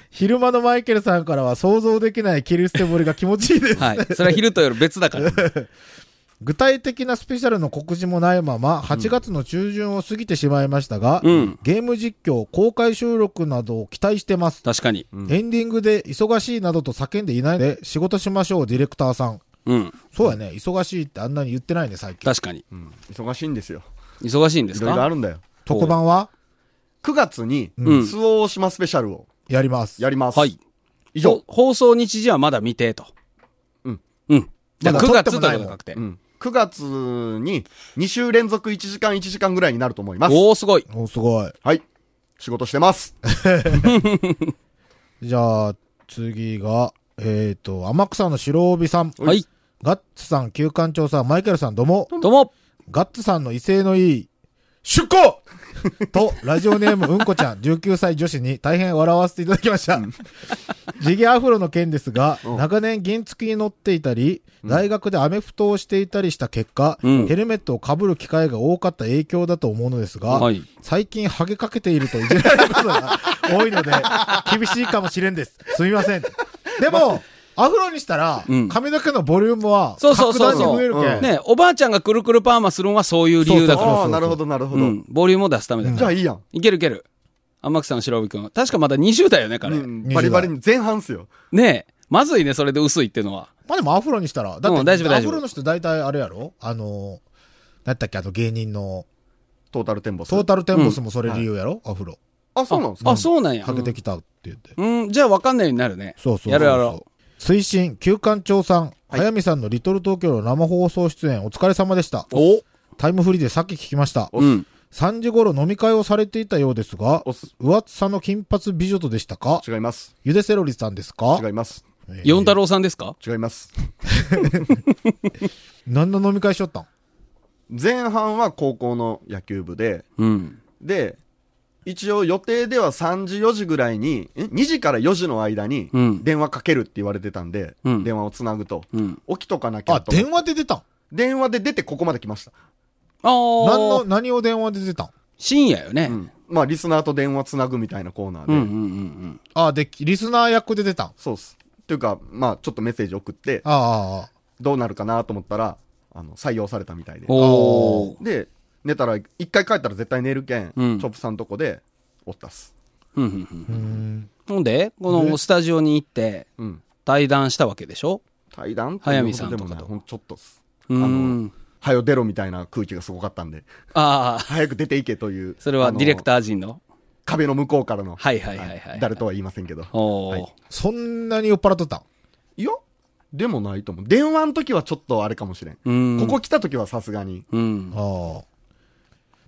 [SPEAKER 2] 昼間のマイケルさんからは想像できない切り捨てぶりが気持ちいいです。
[SPEAKER 3] はい。それは昼と夜別だから。
[SPEAKER 2] 具体的なスペシャルの告示もないまま、8月の中旬を過ぎてしまいましたが、
[SPEAKER 3] うん。
[SPEAKER 2] ゲーム実況、公開収録などを期待してます。
[SPEAKER 3] 確かに。
[SPEAKER 4] うん
[SPEAKER 2] エンディングで忙しいなどと叫んでいないので、仕事しましょう、ディレクターさん。
[SPEAKER 3] うん。
[SPEAKER 2] そうやね、忙しいってあんなに言ってないね、最近。
[SPEAKER 3] 確かに。
[SPEAKER 4] うん忙しいんですよ。
[SPEAKER 3] 忙しいんで
[SPEAKER 4] い
[SPEAKER 3] す
[SPEAKER 4] ろいろあ
[SPEAKER 3] か
[SPEAKER 4] るんだよ。
[SPEAKER 2] 特番は
[SPEAKER 4] 9月に、
[SPEAKER 3] うん
[SPEAKER 4] 周防大島スペシャルを
[SPEAKER 2] やります。
[SPEAKER 4] やります。
[SPEAKER 3] はい。。
[SPEAKER 4] 以上。
[SPEAKER 3] ほ放送日時はまだ未定と。
[SPEAKER 4] うん。
[SPEAKER 3] うん。じゃあ
[SPEAKER 2] まだ
[SPEAKER 3] 9
[SPEAKER 2] 撮って
[SPEAKER 3] 月
[SPEAKER 2] も
[SPEAKER 3] と
[SPEAKER 2] ないいうもん
[SPEAKER 3] のが確定
[SPEAKER 4] う。ん。9月に2週連続1時間1時間ぐらいになると思います。
[SPEAKER 3] おおすごい。
[SPEAKER 2] お、すごい。
[SPEAKER 4] はい。仕事してます。
[SPEAKER 2] じゃあ、次が、えっ、と、天草の白帯さん。
[SPEAKER 3] はい。
[SPEAKER 2] ガッツさん、旧館長さん、マイケルさん、どうも。
[SPEAKER 3] どうも。
[SPEAKER 2] ガッツさんの威勢のいい、出向と、ラジオネーム、うんこちゃん、19歳女子に大変笑わせていただきました。ジギアフロの件ですが、
[SPEAKER 4] うん
[SPEAKER 2] 長年原付に乗っていたり、
[SPEAKER 4] うん
[SPEAKER 2] 大学でアメフトをしていたりした結果、
[SPEAKER 3] うん
[SPEAKER 2] ヘルメットを被る機会が多かった影響だと思うのですが、
[SPEAKER 3] はい。
[SPEAKER 2] 最近ハゲかけているといじられることが多い ので、厳しいかもしれんです。すみません。でも、アフロにしたら
[SPEAKER 3] うん、
[SPEAKER 2] 髪の毛のボリュームは、
[SPEAKER 3] そう
[SPEAKER 2] 格
[SPEAKER 3] そうそう
[SPEAKER 2] 段に
[SPEAKER 3] そう
[SPEAKER 2] 増えるけん。
[SPEAKER 4] うん
[SPEAKER 3] ねおばあちゃんがくるくるパーマするんはそういう理由だから。
[SPEAKER 4] ああ、なるほど、なるほど。
[SPEAKER 3] うん。ボリュームを出すためだ
[SPEAKER 4] じ
[SPEAKER 3] か
[SPEAKER 4] ゃ
[SPEAKER 3] ら。
[SPEAKER 4] あいいやん。
[SPEAKER 3] いけるいける。天草の白帯くん。確かまだ20代よね、彼
[SPEAKER 4] う。んバリバリに前半っすよ。
[SPEAKER 3] ねえ。まずいね、それで薄いってのは。
[SPEAKER 2] まあでもアフロにしたら、だっ
[SPEAKER 3] うん大丈夫
[SPEAKER 2] て、
[SPEAKER 3] 大
[SPEAKER 2] ア
[SPEAKER 3] 丈夫
[SPEAKER 2] フロの人大体あれやろあの、なんだっけ、あの芸人の、
[SPEAKER 4] トータルテンボス。
[SPEAKER 2] トータルテンボスもそれ理由やろアフロ。
[SPEAKER 4] あ、そうなんですか
[SPEAKER 3] あ、そうなんや
[SPEAKER 2] か。けてきたって言って。
[SPEAKER 3] うん、じゃあ分かんないようになるね。
[SPEAKER 2] そうそうそうそう
[SPEAKER 3] やるやろ
[SPEAKER 2] 推進、旧館長さん、早見さんのリトル東京の生放送出演お疲れ様でした。
[SPEAKER 3] お
[SPEAKER 2] タイムフリーでさっき聞きました。
[SPEAKER 3] うん。
[SPEAKER 2] 3時頃飲み会をされていたようですが
[SPEAKER 4] お、す
[SPEAKER 2] 上津さんの金髪美女とでしたか
[SPEAKER 4] 違います。
[SPEAKER 2] ゆでセロリさんですか
[SPEAKER 4] 違います。
[SPEAKER 3] 四太郎さんですか
[SPEAKER 4] 違います。
[SPEAKER 2] 何の飲み会しよったん
[SPEAKER 4] 前半は高校の野球部で、
[SPEAKER 3] うん。
[SPEAKER 4] で、一応予定では3時4時ぐらいに、え2時から4時の間に
[SPEAKER 3] うん
[SPEAKER 4] 電話かけるって言われてたんで、
[SPEAKER 3] うん
[SPEAKER 4] 電話をつなぐと、
[SPEAKER 3] うん。
[SPEAKER 4] 起きとかなきゃ
[SPEAKER 2] あ、
[SPEAKER 4] と思って
[SPEAKER 2] 電話で出たん
[SPEAKER 4] 電話で出てここまで来ました。
[SPEAKER 3] あ
[SPEAKER 2] 何の、
[SPEAKER 3] あ。
[SPEAKER 2] 何を電話で出たん
[SPEAKER 3] 深夜よね。
[SPEAKER 4] うんまあ、リスナーと電話つなぐみたいなコーナー
[SPEAKER 3] う
[SPEAKER 4] で。
[SPEAKER 3] んうんうん
[SPEAKER 2] あ、で、リスナー役で出たん
[SPEAKER 4] そうっす。というか、まあ、ちょっとメッセージ送って、
[SPEAKER 2] ああ、
[SPEAKER 4] どうなるかなと思ったら、あの、採用されたみたいで
[SPEAKER 3] うん。。おお。
[SPEAKER 4] で、寝たら、一回帰ったら絶対寝るけん、
[SPEAKER 3] うん
[SPEAKER 4] チョップさんとこで、おったっす。
[SPEAKER 3] うんうんうん
[SPEAKER 2] うーん。
[SPEAKER 3] ほんで、このスタジオに行って
[SPEAKER 4] うん。
[SPEAKER 3] 対談したわけでしょ
[SPEAKER 4] 対談ってい
[SPEAKER 3] 早
[SPEAKER 4] う
[SPEAKER 3] 見
[SPEAKER 4] こ
[SPEAKER 3] さ
[SPEAKER 4] と
[SPEAKER 3] ん
[SPEAKER 4] で
[SPEAKER 3] と
[SPEAKER 4] も
[SPEAKER 3] かと
[SPEAKER 4] ない。ほんとちょっとっす。
[SPEAKER 3] うーん。
[SPEAKER 4] はよ出ろみたいな空気がすごかったんで、
[SPEAKER 3] ああ。
[SPEAKER 4] 早く出ていけという。
[SPEAKER 3] それはディレク
[SPEAKER 4] ー。
[SPEAKER 3] ター陣の。
[SPEAKER 4] 壁の向こうからの。
[SPEAKER 3] はいはいはいはいはい
[SPEAKER 4] 誰とは言いませんけど。
[SPEAKER 3] お
[SPEAKER 4] は
[SPEAKER 3] お
[SPEAKER 4] い。
[SPEAKER 2] そんなに酔っ払っとったん
[SPEAKER 4] いや、でもないと思う。電話の時はちょっとあれかもしれん。
[SPEAKER 3] うん。
[SPEAKER 4] ここ来た時はさすがに。
[SPEAKER 3] うん。
[SPEAKER 2] ああ。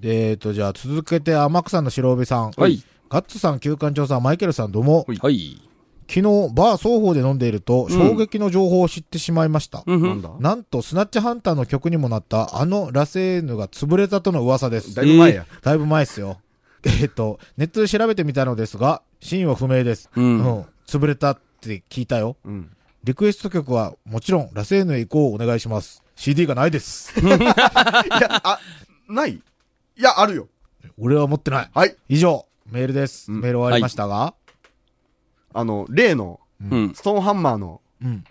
[SPEAKER 2] でえっと、じゃあ続けて天草の白帯さん。
[SPEAKER 3] はい。
[SPEAKER 2] ガッツさん、旧館長さん、マイケルさん、どうも。
[SPEAKER 3] はい。
[SPEAKER 2] 昨日、バー双方で飲んでいると、衝撃の情報を知ってしまいました。
[SPEAKER 3] うんう
[SPEAKER 4] なん
[SPEAKER 3] ん。
[SPEAKER 4] だ
[SPEAKER 2] なんと、スナッチハンターの曲にもなった、あのラセーヌが潰れたとの噂です
[SPEAKER 4] だ。いぶ前や。
[SPEAKER 2] だいぶ前っすよ。えっと、ネットで調べてみたのですが、真意は不明です。
[SPEAKER 3] う。
[SPEAKER 2] うんん。潰れたって聞いたよ。
[SPEAKER 4] うん。
[SPEAKER 2] リクエスト曲は、もちろん、ラセーヌへ行こうお願いし ます。CD がないです。
[SPEAKER 4] いや、あ、ないいや、あるよ。
[SPEAKER 2] 俺は持ってない。
[SPEAKER 4] はい。
[SPEAKER 2] 以上、メールです。
[SPEAKER 4] うん
[SPEAKER 2] メール終わりましたが、
[SPEAKER 4] あの、例の、
[SPEAKER 3] うん。
[SPEAKER 4] ストーンハンマーの、
[SPEAKER 2] うん。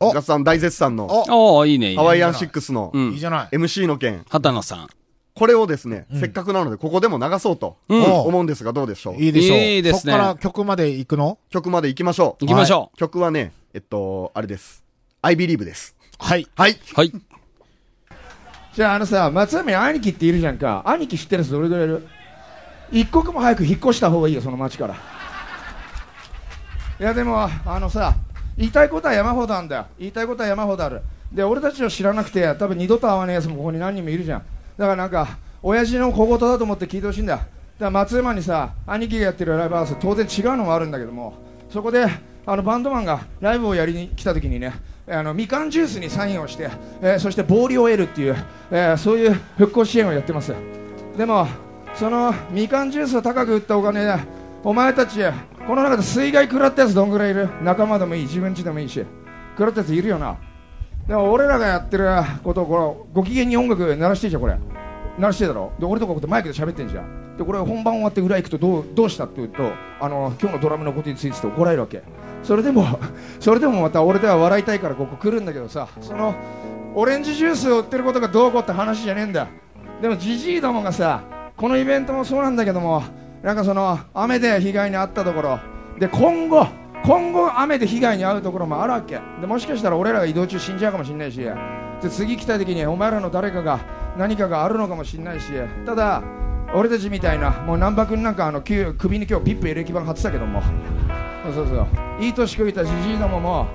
[SPEAKER 2] お
[SPEAKER 4] ガッツさん大絶賛の、
[SPEAKER 2] あ、
[SPEAKER 3] ああ、いいね。いいね
[SPEAKER 4] ハワイアンシックスの
[SPEAKER 3] う、ん
[SPEAKER 2] いいじゃない。
[SPEAKER 4] MC の件、
[SPEAKER 3] 畑野さん。
[SPEAKER 4] これをですね、せっかくなのでここでも流そうと
[SPEAKER 3] うん
[SPEAKER 4] 思うんですがどうでしょう、
[SPEAKER 2] いいでしょう。
[SPEAKER 3] いいですね
[SPEAKER 2] そっから曲まで行くの
[SPEAKER 4] 曲まで行きましょ
[SPEAKER 3] 行
[SPEAKER 4] う
[SPEAKER 3] きましょ
[SPEAKER 4] 曲はねえっとあれです「I believe」です
[SPEAKER 2] はい。
[SPEAKER 4] はい
[SPEAKER 3] うん。 はい。
[SPEAKER 5] じゃああのさ松山に兄貴っているじゃんか兄貴知ってるやつどれぐらいいる一刻も早く引っ越した方がいいよその町からいやでもあのさ言いたいことは山ほどあるんだよ言いたいことは山ほどあるで俺たちを知らなくて多分二度と会わねえやつもここに何人もいるじゃんだからなんか親父の小言だと思って聞いてほしいんだよだから松山にさ兄貴がやってるライブハウス当然違うのもあるんだけどもそこであのバンドマンがライブをやりに来た時にねあのみかんジュースにサインをして、えーそしてボーリを得るっていう、えーそういう復興支援をやってますでもそのみかんジュースを高く売ったお金でお前たちこの中で水害食らったやつどんぐらいいる仲間でもいい自分家でもいいし食らったやついるよなでも俺らがやってることをこのご機嫌に音楽鳴らしていいじゃんこれ鳴らしてるだろで俺とかこうやってマイクで喋ってんじゃんでこれ本番終わって裏行くとどうどうしたって言うとあの今日のドラムのことについて怒られるわけそれでもそれでもまた俺では笑いたいからここ来るんだけどさそのオレンジジュースを売ってることがどうこうって話じゃねえんだでもジジイどもがさこのイベントもそうなんだけどもなんかその雨で被害に遭ったところで今後今後雨で被害に遭うところもあるわけでもしかしたら俺らが移動中死んじゃうかもしれないしで次来た時にお前らの誰かが何かがあるのかもしれないしただ俺たちみたいなもう難破君なんかあの旧首に今日ピップエレキ板張ってたけどもそうそうそういい年こいたじじいどもも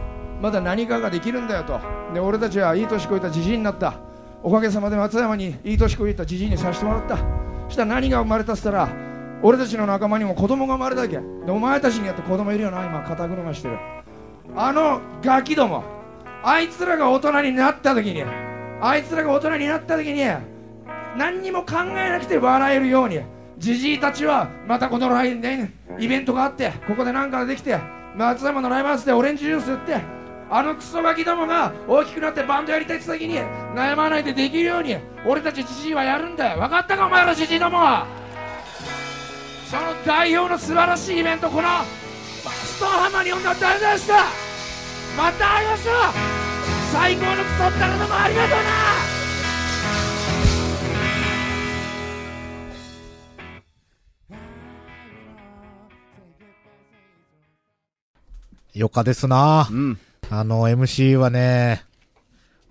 [SPEAKER 5] まだ何かができるんだよとで俺たちはいい年こいたじじいになったおかげさまで松山にいい年こいたじじいにさせてもらったそしたら何が生まれたっつったら俺たちの仲間にも子供が生まれたわけでお前たちにやって子供いるよな今肩車してるあのガキどもあいつらが大人になった時にあいつらが大人になった時に何にも考えなくて笑えるようにじじいたちはまたこの来年イベントがあってここで何かができて松山のライブハウスでオレンジジュース売ってあのクソガキどもが大きくなってバンドやりたいって時に悩まないでできるように俺たちじじいはやるんだよ分かったかお前らじじいどもその代表の素晴らしいイベントこのストーハンマーに呼んだ誰でしたまた会いましょう最高のクソったらどもありがとうな
[SPEAKER 2] よかですな
[SPEAKER 4] うん
[SPEAKER 2] あの、MC はね、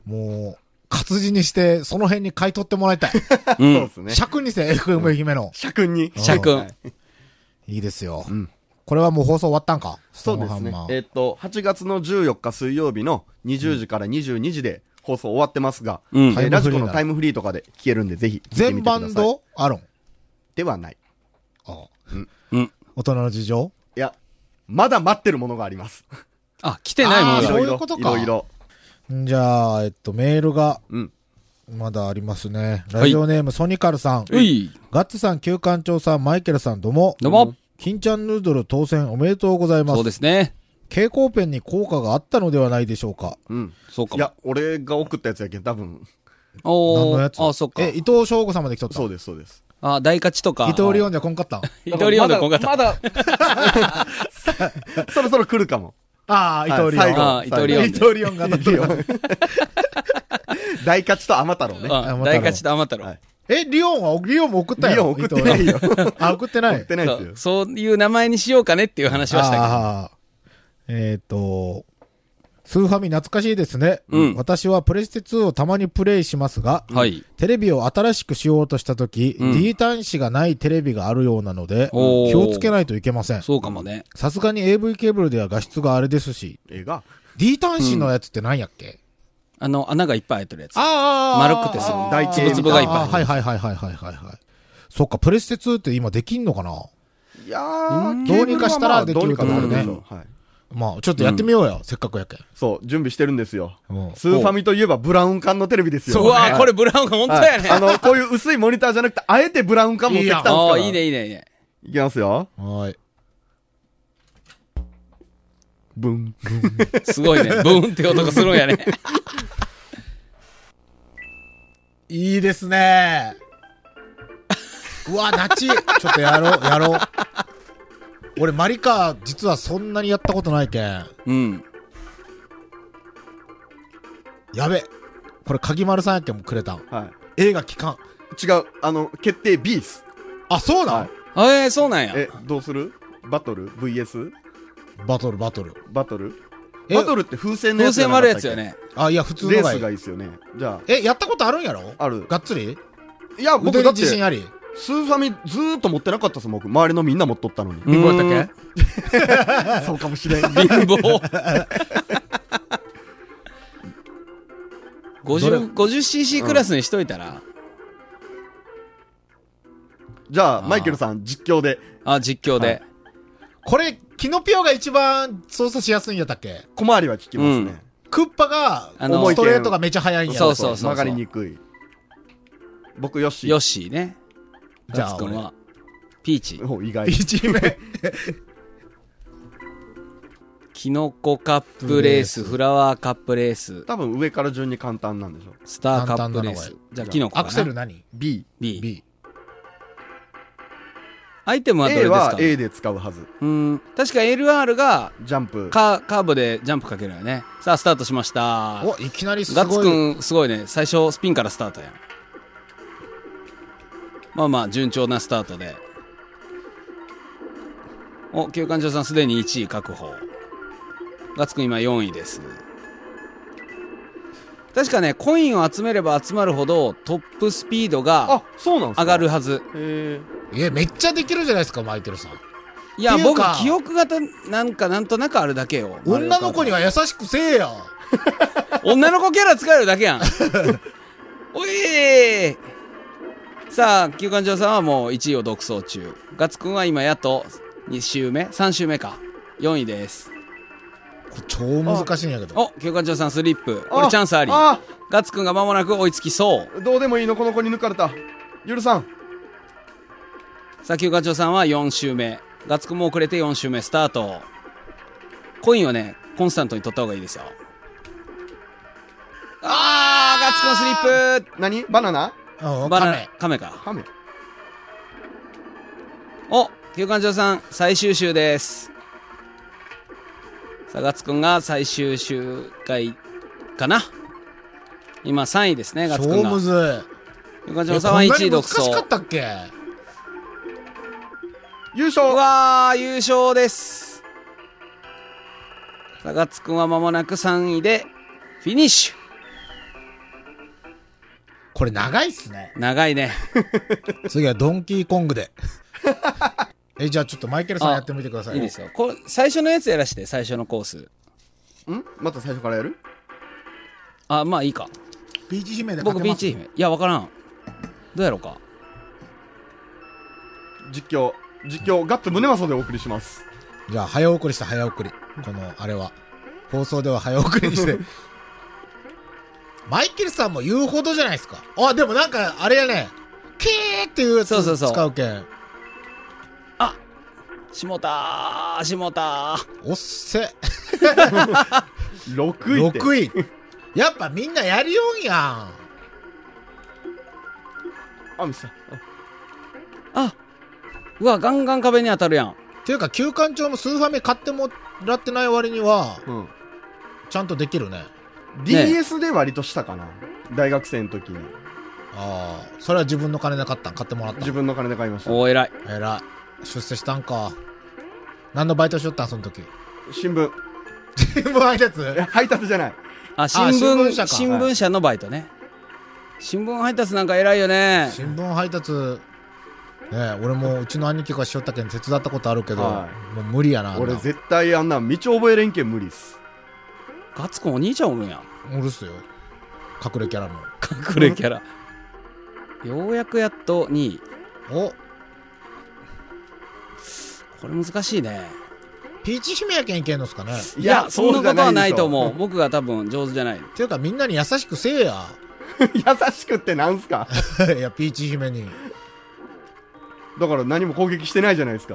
[SPEAKER 2] もう、活字にして、その辺に買い取ってもらいたい。
[SPEAKER 3] う
[SPEAKER 4] そうんで。す ね
[SPEAKER 2] 尺にして FM 愛媛の。
[SPEAKER 4] 社君に
[SPEAKER 3] 社君。
[SPEAKER 2] いいですよ
[SPEAKER 4] ん。
[SPEAKER 2] これはもう放送終わったんか
[SPEAKER 4] そうですね
[SPEAKER 2] ストーンハンマー
[SPEAKER 4] えっと8月の14日水曜日の20時から22時で放送終わってますが、
[SPEAKER 3] うん
[SPEAKER 4] えーラジコの
[SPEAKER 2] タ
[SPEAKER 4] タ
[SPEAKER 2] イ
[SPEAKER 4] イムフリーとかで消えるんでぜひ聞いて
[SPEAKER 2] 全
[SPEAKER 4] みてくださ
[SPEAKER 2] バ
[SPEAKER 4] い
[SPEAKER 2] ンドアロン。
[SPEAKER 4] ではない
[SPEAKER 2] あ
[SPEAKER 3] うん。
[SPEAKER 2] 大人の事情
[SPEAKER 4] いやまだ待ってるものがあります
[SPEAKER 3] あ、来てないも
[SPEAKER 2] あ
[SPEAKER 3] ん
[SPEAKER 2] ー
[SPEAKER 3] だ
[SPEAKER 2] そういうことか
[SPEAKER 4] いろいろ
[SPEAKER 2] んじゃあ、えっと、メールが
[SPEAKER 4] うん
[SPEAKER 2] まだありますね。
[SPEAKER 3] はい
[SPEAKER 2] ラジオネーム、ソニカルさん。
[SPEAKER 3] うい。
[SPEAKER 2] ガッツさん、旧館長さん、マイケルさん、どうも。
[SPEAKER 3] どうも。
[SPEAKER 2] 金ちゃんヌードル当選おめでとうございま
[SPEAKER 3] そ
[SPEAKER 2] す
[SPEAKER 3] うで。すね。
[SPEAKER 2] 蛍光ペンに効果があったのではないでしょうか。
[SPEAKER 4] うん
[SPEAKER 3] そうか
[SPEAKER 4] い
[SPEAKER 3] も。
[SPEAKER 4] や俺が送ったやつやけん多分
[SPEAKER 2] 何
[SPEAKER 3] お
[SPEAKER 2] の
[SPEAKER 3] ー
[SPEAKER 2] やつ
[SPEAKER 3] あ、そっか
[SPEAKER 2] え、。伊藤翔吾様で来とった。
[SPEAKER 4] そうですそうです
[SPEAKER 3] あ、大勝ちと
[SPEAKER 2] 伊
[SPEAKER 3] か。
[SPEAKER 2] 藤リオンじゃこんかったん。
[SPEAKER 3] 伊藤リオンで今回。
[SPEAKER 4] まだまだそろそろ来るかも
[SPEAKER 2] ああ、伊藤リ
[SPEAKER 4] は
[SPEAKER 2] オ
[SPEAKER 4] い
[SPEAKER 2] ン。
[SPEAKER 3] あー伊藤リオン
[SPEAKER 2] 伊藤リオンが当たった。
[SPEAKER 4] 大勝ちと天太郎ね
[SPEAKER 3] あ大勝ちと天太
[SPEAKER 4] は
[SPEAKER 3] 郎
[SPEAKER 4] い。
[SPEAKER 2] え、リオンは、リオンも送ったよ。
[SPEAKER 4] リオン送ってないよ
[SPEAKER 2] 伊藤リ オン。あ、送ってない。
[SPEAKER 4] 送ってないですよ
[SPEAKER 3] そうそういう名前にしようかねっていう話はした
[SPEAKER 2] あーえっ、と、スーファミ懐かしいですね。
[SPEAKER 3] うん
[SPEAKER 2] 私はプレステ2をたまにプレイしますが、
[SPEAKER 3] けど。はい。
[SPEAKER 2] テレビを新しくしようとしたとき、
[SPEAKER 3] うん
[SPEAKER 2] D 端子がないテレビがあるようなので、
[SPEAKER 3] おー
[SPEAKER 2] 気をつけないといけません。
[SPEAKER 3] そうかもね。
[SPEAKER 2] さすがに AV ケーブルでは画質があれですし、
[SPEAKER 4] 映画
[SPEAKER 2] D 端子のやつって何やっけ、
[SPEAKER 3] あの、穴がいっぱい開いてるやつ。
[SPEAKER 2] あ
[SPEAKER 3] ー丸くてす
[SPEAKER 4] ごい大
[SPEAKER 3] 粒々がいっぱい
[SPEAKER 2] あーはいはいはいはいはいはいはい。そっか、プレステ2って今できんのかない
[SPEAKER 4] やー
[SPEAKER 2] どうにかしたらできる
[SPEAKER 4] ケーブルはまあどうにかなるでしょ
[SPEAKER 2] うん
[SPEAKER 4] うはい
[SPEAKER 2] まあ、ちょっとやってみようよ、せっかくやけん。
[SPEAKER 4] そう準備してるんですよ
[SPEAKER 2] うん
[SPEAKER 4] スーファミといえばブラウン管のテレビですよ
[SPEAKER 3] うわーこれ
[SPEAKER 4] 本
[SPEAKER 3] ブラウンが本当やね。
[SPEAKER 4] あのこういう薄いモニターじゃなくてあえてブラウン管持ってきたんです
[SPEAKER 3] あ
[SPEAKER 4] か
[SPEAKER 3] あ、
[SPEAKER 4] ら
[SPEAKER 3] いいね、いいね、いいね。
[SPEAKER 4] いきますよ
[SPEAKER 2] はい。
[SPEAKER 4] ブン
[SPEAKER 3] すごいね。ブーンって音がするんやね。
[SPEAKER 2] いいですね。うわ、なち。ちょっとやろう、やろう。俺、マリカ、実はそんなにやったことないけん。
[SPEAKER 3] うん。
[SPEAKER 2] やべ。これ、鍵丸さんやけんもくれたん。
[SPEAKER 4] はい
[SPEAKER 2] 映画期間。
[SPEAKER 4] 違う。あの、決定 B っす。
[SPEAKER 2] あ、そうだ、
[SPEAKER 4] はい
[SPEAKER 3] えー、そうなんや。
[SPEAKER 4] え、どうするバトル ?VS?
[SPEAKER 2] バトル、バトル。
[SPEAKER 4] バトル
[SPEAKER 2] え
[SPEAKER 4] バトルって風船
[SPEAKER 3] 風
[SPEAKER 4] のやつじ
[SPEAKER 3] 船
[SPEAKER 4] ゃなかっ
[SPEAKER 3] 割
[SPEAKER 4] た
[SPEAKER 3] る
[SPEAKER 4] っ
[SPEAKER 3] やつ
[SPEAKER 4] け
[SPEAKER 3] よ。ね。
[SPEAKER 2] あ、いや、普通
[SPEAKER 4] レ
[SPEAKER 2] の
[SPEAKER 4] ー
[SPEAKER 2] が
[SPEAKER 4] ス
[SPEAKER 2] いい
[SPEAKER 4] が。いいっすよね。じゃ
[SPEAKER 2] え、やったことあるんやろ
[SPEAKER 4] あ、ある。
[SPEAKER 2] がっつり
[SPEAKER 4] いや、
[SPEAKER 2] 腕
[SPEAKER 4] 僕
[SPEAKER 2] に
[SPEAKER 4] だって、
[SPEAKER 2] 自
[SPEAKER 4] ス
[SPEAKER 2] 信あり。
[SPEAKER 4] ーファミずーっと持ってなかったっす、僕。周りのみんな持っとったのに。
[SPEAKER 3] 貧乏
[SPEAKER 2] やっ
[SPEAKER 3] やった
[SPEAKER 2] っ
[SPEAKER 4] あそうかもしれん。
[SPEAKER 3] け貧乏。
[SPEAKER 2] どれ
[SPEAKER 3] 50, 50cc クラスにしといたら、
[SPEAKER 4] じゃあ、
[SPEAKER 3] あー
[SPEAKER 4] マイケルさん、実況で、
[SPEAKER 3] あ、実況で。
[SPEAKER 2] これ、キノピオが一番操作しやすいんやったっけ
[SPEAKER 4] 小回りは効きますね。
[SPEAKER 2] クッパが、
[SPEAKER 3] あの
[SPEAKER 2] ストレートがめちゃ速いんや
[SPEAKER 3] そうそうそう
[SPEAKER 4] 曲がりにくい。僕、よし。
[SPEAKER 3] ヨッシーね。
[SPEAKER 2] じ
[SPEAKER 3] じ
[SPEAKER 2] ゃあ
[SPEAKER 3] ゃあ、君は。ピーチ。
[SPEAKER 4] お 意外。
[SPEAKER 2] 1名。
[SPEAKER 3] キノコカップレース、フラワーカップレース、
[SPEAKER 4] 多分上から順に簡単なんでしょう。
[SPEAKER 3] スターカップレース
[SPEAKER 2] 簡単。
[SPEAKER 3] じゃあ、キノコか
[SPEAKER 2] ア
[SPEAKER 3] な。
[SPEAKER 2] クセル何
[SPEAKER 4] B。
[SPEAKER 3] B。
[SPEAKER 2] ?B。
[SPEAKER 3] アイテムはどれで
[SPEAKER 4] A
[SPEAKER 3] すか
[SPEAKER 4] は A で使うはず。
[SPEAKER 3] うん。確か LR が
[SPEAKER 4] ジャンプ。
[SPEAKER 3] カカーブでジャンプかけるよね。さあ、スタートしました。
[SPEAKER 2] お、いきなりす
[SPEAKER 3] ガッツ
[SPEAKER 2] ごい。
[SPEAKER 3] くん、すごいね。最初、スピンからスタートやん。まあまあ、順調なスタートで。お、旧館長さん、すでに1位確保。ガッツくん、今4位です。確かね、コインを集めれば集まるほど、トップスピードが
[SPEAKER 4] あ、そうなんですか
[SPEAKER 3] 上がる。はず。
[SPEAKER 4] へ
[SPEAKER 2] え、めっちゃできるじゃないですか、マイケルさん。
[SPEAKER 3] いや、
[SPEAKER 2] っていう
[SPEAKER 3] 僕
[SPEAKER 2] か、
[SPEAKER 3] 記憶型、なんか、なんとなくあるだけよ。
[SPEAKER 2] 女の子に
[SPEAKER 3] は。
[SPEAKER 2] は優しくせえや。
[SPEAKER 3] 女の子キャラ使えるだけやん。おいーさあ、旧館長さんはもう1位を独走中。ガッツくんは今やっと2周目 ?3 周目か。4位です。
[SPEAKER 2] これ超難しいんやけど。
[SPEAKER 3] お、旧館長さんスリップ。これチャンスあり。ガ
[SPEAKER 4] あ
[SPEAKER 3] ッツくんが間もなく追いつきそう。
[SPEAKER 4] どうでもいいの、この子に抜かれた。ゆるさん。
[SPEAKER 3] さあ、旧館長さんは4周目。ガッツくんも遅れて4周目スタート。コインをね、コンスタントに取った方がいいですよ。あー、ガッツくんスリップ
[SPEAKER 4] 何バナナ
[SPEAKER 2] うん、
[SPEAKER 3] バ
[SPEAKER 2] カ
[SPEAKER 3] ナナ
[SPEAKER 2] メ。
[SPEAKER 3] カメか。
[SPEAKER 4] カメ。
[SPEAKER 3] お、旧館長さん、最終週です。さあ、ガッツくんが最終週回かな。今3位ですね、ガッツく
[SPEAKER 2] 超
[SPEAKER 3] んが
[SPEAKER 2] む。ずい。
[SPEAKER 3] 旧館
[SPEAKER 2] え
[SPEAKER 3] 長さんは
[SPEAKER 2] こんな
[SPEAKER 3] 1
[SPEAKER 2] に難
[SPEAKER 3] 位独
[SPEAKER 2] しか
[SPEAKER 3] 走
[SPEAKER 2] っ。たっけ
[SPEAKER 4] 優
[SPEAKER 3] う
[SPEAKER 4] 勝
[SPEAKER 3] わー、優勝です。さあ、ガッツくんは間もなく3位で、フィニッシュ。
[SPEAKER 2] これ長いっすね。
[SPEAKER 3] 長いね。
[SPEAKER 2] 次はドンキーコングで。 え、じゃあちょっとマイケルさんやってみてください。
[SPEAKER 3] いいですよ。これ、最初のやつやらして、最初のコース。
[SPEAKER 4] んまた最初からやる
[SPEAKER 3] あ、まあいいか。
[SPEAKER 2] ピーチ姫で
[SPEAKER 3] 僕、
[SPEAKER 2] 勝て
[SPEAKER 3] ビー
[SPEAKER 2] ます
[SPEAKER 3] チ姫。いや、わからん。どうやろうか。
[SPEAKER 4] 実況。実況、ガッツムネマソでお送りします。
[SPEAKER 2] じゃあ早送りした早送り。この、あれは。放送では早送りにして。 マイケルさんも言うほどじゃないですか。あ、でもなんか、あれやね。キーっていうやつ
[SPEAKER 3] そうそうそう
[SPEAKER 2] 使うけん。
[SPEAKER 3] 下田ー、下田ー。
[SPEAKER 2] おっせ。
[SPEAKER 4] 6位って。
[SPEAKER 2] 6位。やっぱみんなやりよんや
[SPEAKER 4] あ、ミスさん。
[SPEAKER 3] あうわ、ガンガン壁に当たるやん。
[SPEAKER 2] ん。ていうか、休館長も数ファミ買ってもらってない割には、
[SPEAKER 4] うん。
[SPEAKER 2] ちゃんとできるね。
[SPEAKER 4] DS で割としたかな。大学生の時に。
[SPEAKER 2] ああ、それは自分の金なかったん買ってもらった
[SPEAKER 4] 自分の金で買いました。
[SPEAKER 3] おー、偉い。
[SPEAKER 2] えらい。出世したんか。何のバイトしよったん、その時。
[SPEAKER 4] 新聞。
[SPEAKER 2] 新聞配
[SPEAKER 4] え
[SPEAKER 2] 達
[SPEAKER 4] 配達じゃない。
[SPEAKER 3] あ、新聞、
[SPEAKER 2] 新
[SPEAKER 3] 新
[SPEAKER 2] 聞
[SPEAKER 3] 聞
[SPEAKER 2] 社
[SPEAKER 3] 社
[SPEAKER 2] か
[SPEAKER 3] のバイトね。新聞配達なんか偉いよ ね。
[SPEAKER 2] 新聞配達、ねえ、俺もうちの兄貴がしよったけん手伝ったことあるけど、
[SPEAKER 4] は
[SPEAKER 2] もう無理やな。あんな
[SPEAKER 4] 俺絶対あんな道覚えれんけん無理っす。
[SPEAKER 3] ガッツくんお兄ちゃんおるんやん。
[SPEAKER 2] おるっすよ。隠れキャラも。
[SPEAKER 3] 隠れキャラ。ようやくやっと2位。
[SPEAKER 2] お
[SPEAKER 3] これ難しいね。
[SPEAKER 2] ピーチ姫やけんいけんのっすかね。
[SPEAKER 3] いや、そんなことはないと思う。
[SPEAKER 4] う。
[SPEAKER 3] 僕が多分上手じゃない。
[SPEAKER 2] ていうかみんなに優しくせえや。
[SPEAKER 4] 優しくってなんすか
[SPEAKER 2] いや、ピーチ姫に。
[SPEAKER 4] だから何も攻撃してないじゃないですか。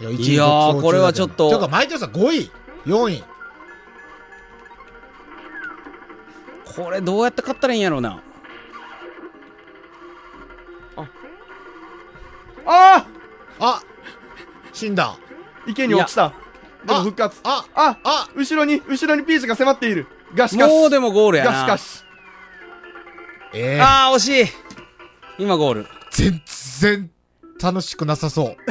[SPEAKER 2] いや、
[SPEAKER 3] いや
[SPEAKER 2] 独走中
[SPEAKER 3] ー
[SPEAKER 2] だけど
[SPEAKER 3] これはちょっと
[SPEAKER 2] ていうか、毎年さん5位、4位。
[SPEAKER 3] これどうやって勝ったらいいんやろうな。
[SPEAKER 4] あ
[SPEAKER 2] あ死んだ。
[SPEAKER 4] あ池に落ちた。でも復活。
[SPEAKER 2] あ
[SPEAKER 4] あ
[SPEAKER 2] あ
[SPEAKER 4] 後ろに、後ろにピーチが迫っている。がしかし。
[SPEAKER 3] もうでもゴールや
[SPEAKER 4] が
[SPEAKER 3] な。
[SPEAKER 4] しかし。
[SPEAKER 2] ええ
[SPEAKER 3] あー、惜しい。今ゴール。
[SPEAKER 2] 全然楽しくなさそう。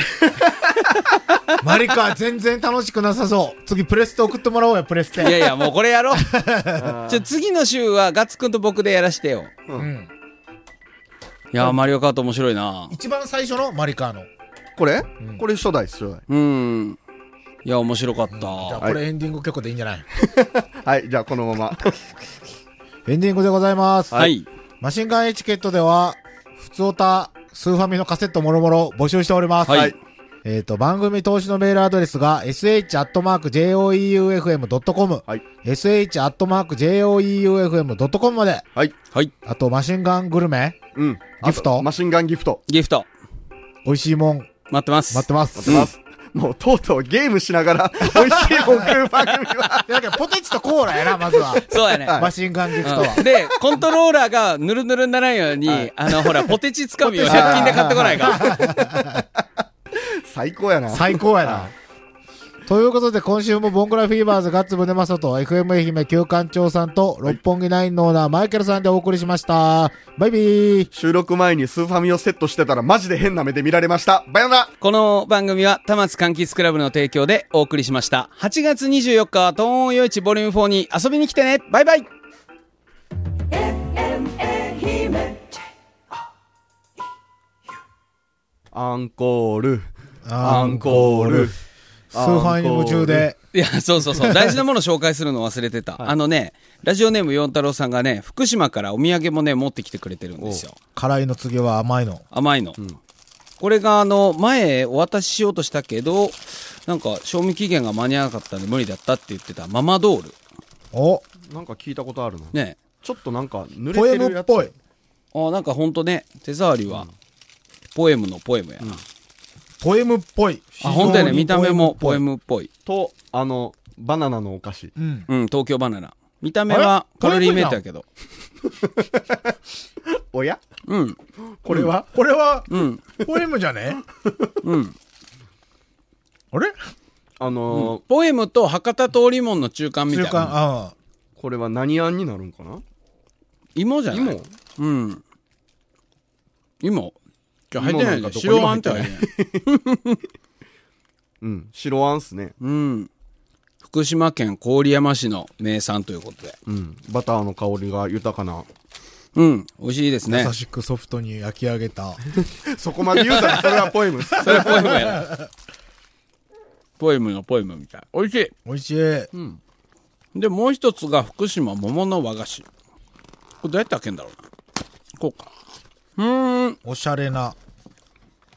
[SPEAKER 2] マリカ、全然楽しくなさそう。次、プレステ送ってもらおうや、プレス
[SPEAKER 3] いや
[SPEAKER 2] テ。
[SPEAKER 3] いや、もうこれや ろう。
[SPEAKER 4] あ
[SPEAKER 3] ち
[SPEAKER 4] ー
[SPEAKER 3] ょ、次の週はガッツくんと僕でやらしてよ。
[SPEAKER 2] うん。
[SPEAKER 3] いやー、マリオカート面白いな
[SPEAKER 2] 一番最初のマリカの。
[SPEAKER 4] これ
[SPEAKER 2] ん
[SPEAKER 4] これ初代、初代。
[SPEAKER 3] うん。いや、面白かった。
[SPEAKER 2] じゃあ、これエンディング曲でいいんじゃない
[SPEAKER 4] はい、じゃあこのま ま。
[SPEAKER 2] エンディングでございます。
[SPEAKER 3] はい。
[SPEAKER 2] マシンガンエチケットでは、普通オタ、スーファミのカセットもろもろ募集しております。
[SPEAKER 3] はい。
[SPEAKER 2] えっ、と、番組投資のメールアドレスが sh.joeufm.com、
[SPEAKER 4] はい
[SPEAKER 2] sh.joeufm.com まで、
[SPEAKER 4] はい。
[SPEAKER 3] はい。
[SPEAKER 2] あと、マシンガングルメ、
[SPEAKER 4] うん。
[SPEAKER 2] ギフト
[SPEAKER 4] あとマシンガンギフト。
[SPEAKER 3] ギフト。
[SPEAKER 2] 美味しいもん、
[SPEAKER 3] 待ってます。
[SPEAKER 2] 待ってま
[SPEAKER 4] 待
[SPEAKER 2] す。
[SPEAKER 4] ってます。もうとうとうゲームしな がら、美味しいもん食う番組は。
[SPEAKER 2] だけど、ポテチとコーラやな、まずは。
[SPEAKER 3] そうやね。
[SPEAKER 2] マシンガンギフトは
[SPEAKER 3] う。んで、コントローラーがぬるぬるにならんように、あの、ほら、ポテチつかみを100均で買ってこないか。
[SPEAKER 4] 最高やな。
[SPEAKER 2] 最高やな。ということで、今週もボンクラフィーバーズガッツムネマソと FM 愛媛旧館長さんと六本木ナインのオーナーマイケルさんでお送りしました。バイビー。
[SPEAKER 4] 収録前にスーファミをセットしてたらマジで変な目で見られました。バヤナ
[SPEAKER 3] この番組は、田松柑橘クラブの提供でお送りしました。8月24日は、東音夜市ボリューム4に遊びに来てねバイバイ
[SPEAKER 1] Ehime,
[SPEAKER 4] アンコール、
[SPEAKER 2] あ
[SPEAKER 4] ア
[SPEAKER 2] ー
[SPEAKER 4] ンコール。
[SPEAKER 2] スーファイに夢中で。
[SPEAKER 3] いや、そうそう そう。大事なもの紹介するの忘れてた。あのね、ラジオネーム四太郎さんがね、福島からお土産もね、持ってきてくれてるんですよ。
[SPEAKER 2] 辛いの次は甘いの。
[SPEAKER 3] 甘いの。これがあの、前お渡ししようとしたけど、なんか賞味期限が間に合わなかったんで無理だったって言ってたママドール。
[SPEAKER 2] お
[SPEAKER 4] なんか聞いたことあるの
[SPEAKER 3] ね。
[SPEAKER 4] ちょっとなんか濡
[SPEAKER 2] ポエ
[SPEAKER 4] れてる
[SPEAKER 2] ム
[SPEAKER 4] や
[SPEAKER 2] っ
[SPEAKER 4] つ。
[SPEAKER 2] ぽい。
[SPEAKER 3] あなんかほんとね、手触りは、ポエムのポエムやな。
[SPEAKER 2] ポエムっぽい。
[SPEAKER 3] あ、ほんとやね。見た目もポエ
[SPEAKER 2] っ
[SPEAKER 3] ムっぽい。
[SPEAKER 4] と、あの、バナナのお菓子。
[SPEAKER 2] ぽい。うん。
[SPEAKER 3] うん、東京バナナ。見た目は
[SPEAKER 2] あれ
[SPEAKER 3] カロリーメイトやけど。
[SPEAKER 4] おや
[SPEAKER 3] うん、
[SPEAKER 4] これは、
[SPEAKER 2] これは、
[SPEAKER 3] うん、
[SPEAKER 2] ポエムじゃね
[SPEAKER 3] うん。
[SPEAKER 2] あれ
[SPEAKER 4] あのー
[SPEAKER 3] ポエムと博多通りもんの中間みたい
[SPEAKER 2] 中
[SPEAKER 3] な。
[SPEAKER 2] 間、うん。
[SPEAKER 4] これは何あんになるんかな
[SPEAKER 3] 芋じゃない
[SPEAKER 4] 芋
[SPEAKER 3] うん。芋じゃ入ってないんだ。
[SPEAKER 4] 芋
[SPEAKER 3] 白あ
[SPEAKER 4] なんん
[SPEAKER 3] って
[SPEAKER 4] かどこにも
[SPEAKER 3] 入っ
[SPEAKER 4] 入ってて
[SPEAKER 3] ない。
[SPEAKER 4] うん。白あんっすね。
[SPEAKER 3] うん。福島県郡山市の名産ということで。
[SPEAKER 4] うん。バターの香りが豊かな。
[SPEAKER 3] うん。美味しいですね
[SPEAKER 2] 優。しくソフトに焼き上げた。
[SPEAKER 4] そこまで言うたらそれはポエムっす。
[SPEAKER 3] それポエムやな。ポエムのポエムみたい。美味し
[SPEAKER 2] 美味しい。
[SPEAKER 3] い。で、もう一つが福島桃の和菓子。これどうやって開けんだろうな。こうか。うーん。
[SPEAKER 2] おしゃれな。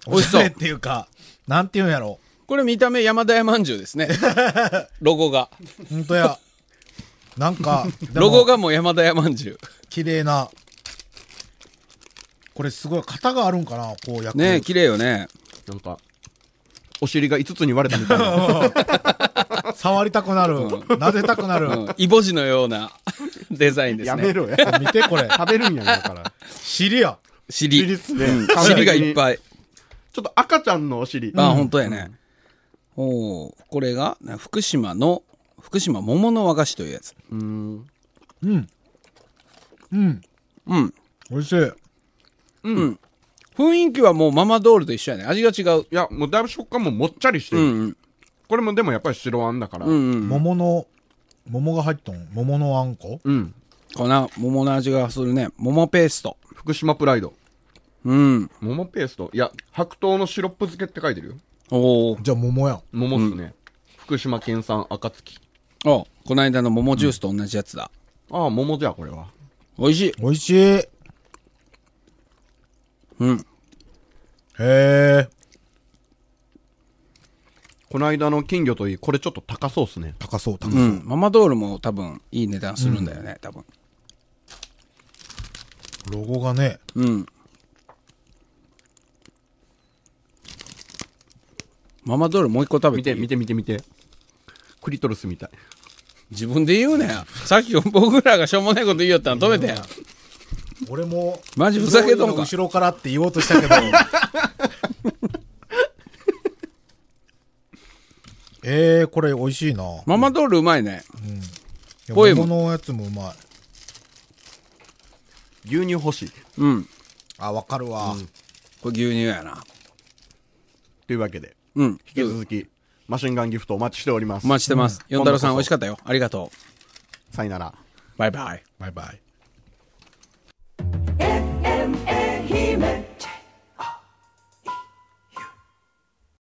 [SPEAKER 3] 美味しそ
[SPEAKER 2] お
[SPEAKER 3] う
[SPEAKER 2] ゃれっていうか、なんていうんやろ。
[SPEAKER 3] これ見た目山田屋まんじゅうです ね。ロゴが。
[SPEAKER 2] ほんとや。なんか、でも
[SPEAKER 3] ロゴ。がもう山田屋まんじゅう。
[SPEAKER 2] 綺麗な。これすごい、型があるんかなこう焼く。
[SPEAKER 3] ねえ、綺麗よね。
[SPEAKER 4] なんか、お尻が5つに割れたみた いな。
[SPEAKER 2] 触りたくなる。撫でたくなる。
[SPEAKER 3] うん。イボジのようなデザインです
[SPEAKER 4] や
[SPEAKER 3] ね。
[SPEAKER 4] めろや。
[SPEAKER 2] 見てこれ。
[SPEAKER 4] 食べるんやんだ から。
[SPEAKER 2] 尻や。
[SPEAKER 3] 尻。
[SPEAKER 4] 尻っすね
[SPEAKER 3] うん尻がいっぱい。
[SPEAKER 4] ちょっと赤ちゃんのお尻。
[SPEAKER 3] あ、本当やね。おおこれが、ね福島の、福島桃の和菓子というやつ。
[SPEAKER 4] うん。
[SPEAKER 3] うん。
[SPEAKER 2] 美味しい。
[SPEAKER 3] 雰囲気はもうママドールと一緒やね。味が違う。
[SPEAKER 4] いや、もうだいぶ食感ももっちゃりして
[SPEAKER 3] う
[SPEAKER 4] る。
[SPEAKER 3] ん
[SPEAKER 4] これもでもやっぱり白あんだから。
[SPEAKER 3] うん。う
[SPEAKER 4] う
[SPEAKER 3] ん
[SPEAKER 4] ん。
[SPEAKER 3] うん。
[SPEAKER 2] 桃の、桃が入っとん。桃のあんこ
[SPEAKER 3] かな、桃の味がするね。桃ペースト。
[SPEAKER 4] 福島プライド。
[SPEAKER 3] うん。
[SPEAKER 4] 桃ペースト。いや、白桃のシロップ漬けって書いてるよ。
[SPEAKER 3] おお
[SPEAKER 2] じゃあ桃やん。
[SPEAKER 4] 桃っすね。福島県産暁。
[SPEAKER 3] あ、この間の桃ジュースと同じやつだ。
[SPEAKER 4] ああ、桃じゃ、これは。
[SPEAKER 3] 美味しい。
[SPEAKER 2] 美味しい。へ
[SPEAKER 3] うん。
[SPEAKER 2] え。
[SPEAKER 4] この間の金魚といい、これちょっと高そうっすね。
[SPEAKER 2] 高そう、高そうう。
[SPEAKER 3] ん。ママドールも多分いい値段するんだよね、多分。
[SPEAKER 2] ロゴがね、
[SPEAKER 3] うん。ママドールもう一個食べ
[SPEAKER 4] 見
[SPEAKER 3] てい
[SPEAKER 4] て、
[SPEAKER 3] い
[SPEAKER 4] 見て、見て、見て。クリトルスみたい。
[SPEAKER 3] 自分で言うなよ。さっき僕らがしょうもないこと言いよったの止めて。
[SPEAKER 2] 俺も、
[SPEAKER 3] マジふざけとんか
[SPEAKER 2] 後ろからって言おうとしたけど。 えー、これ美味しいな。
[SPEAKER 3] ママドールうまいね。
[SPEAKER 2] いや
[SPEAKER 3] ポエム
[SPEAKER 2] 桃のやつもうまい。
[SPEAKER 4] 牛乳欲しい。
[SPEAKER 3] うん。
[SPEAKER 2] あ、わかるわ。
[SPEAKER 3] これ牛乳やな。
[SPEAKER 4] というわけで、
[SPEAKER 3] うん。
[SPEAKER 4] 引き続き、マシンガンギフトお待ちしております。
[SPEAKER 3] お待ちしてます。
[SPEAKER 4] うん
[SPEAKER 3] 四太郎さん、美
[SPEAKER 4] 今度こそ
[SPEAKER 3] 味しかったよ。ありがと
[SPEAKER 4] さよなら。
[SPEAKER 3] う。バイバイ。
[SPEAKER 2] バイバイ。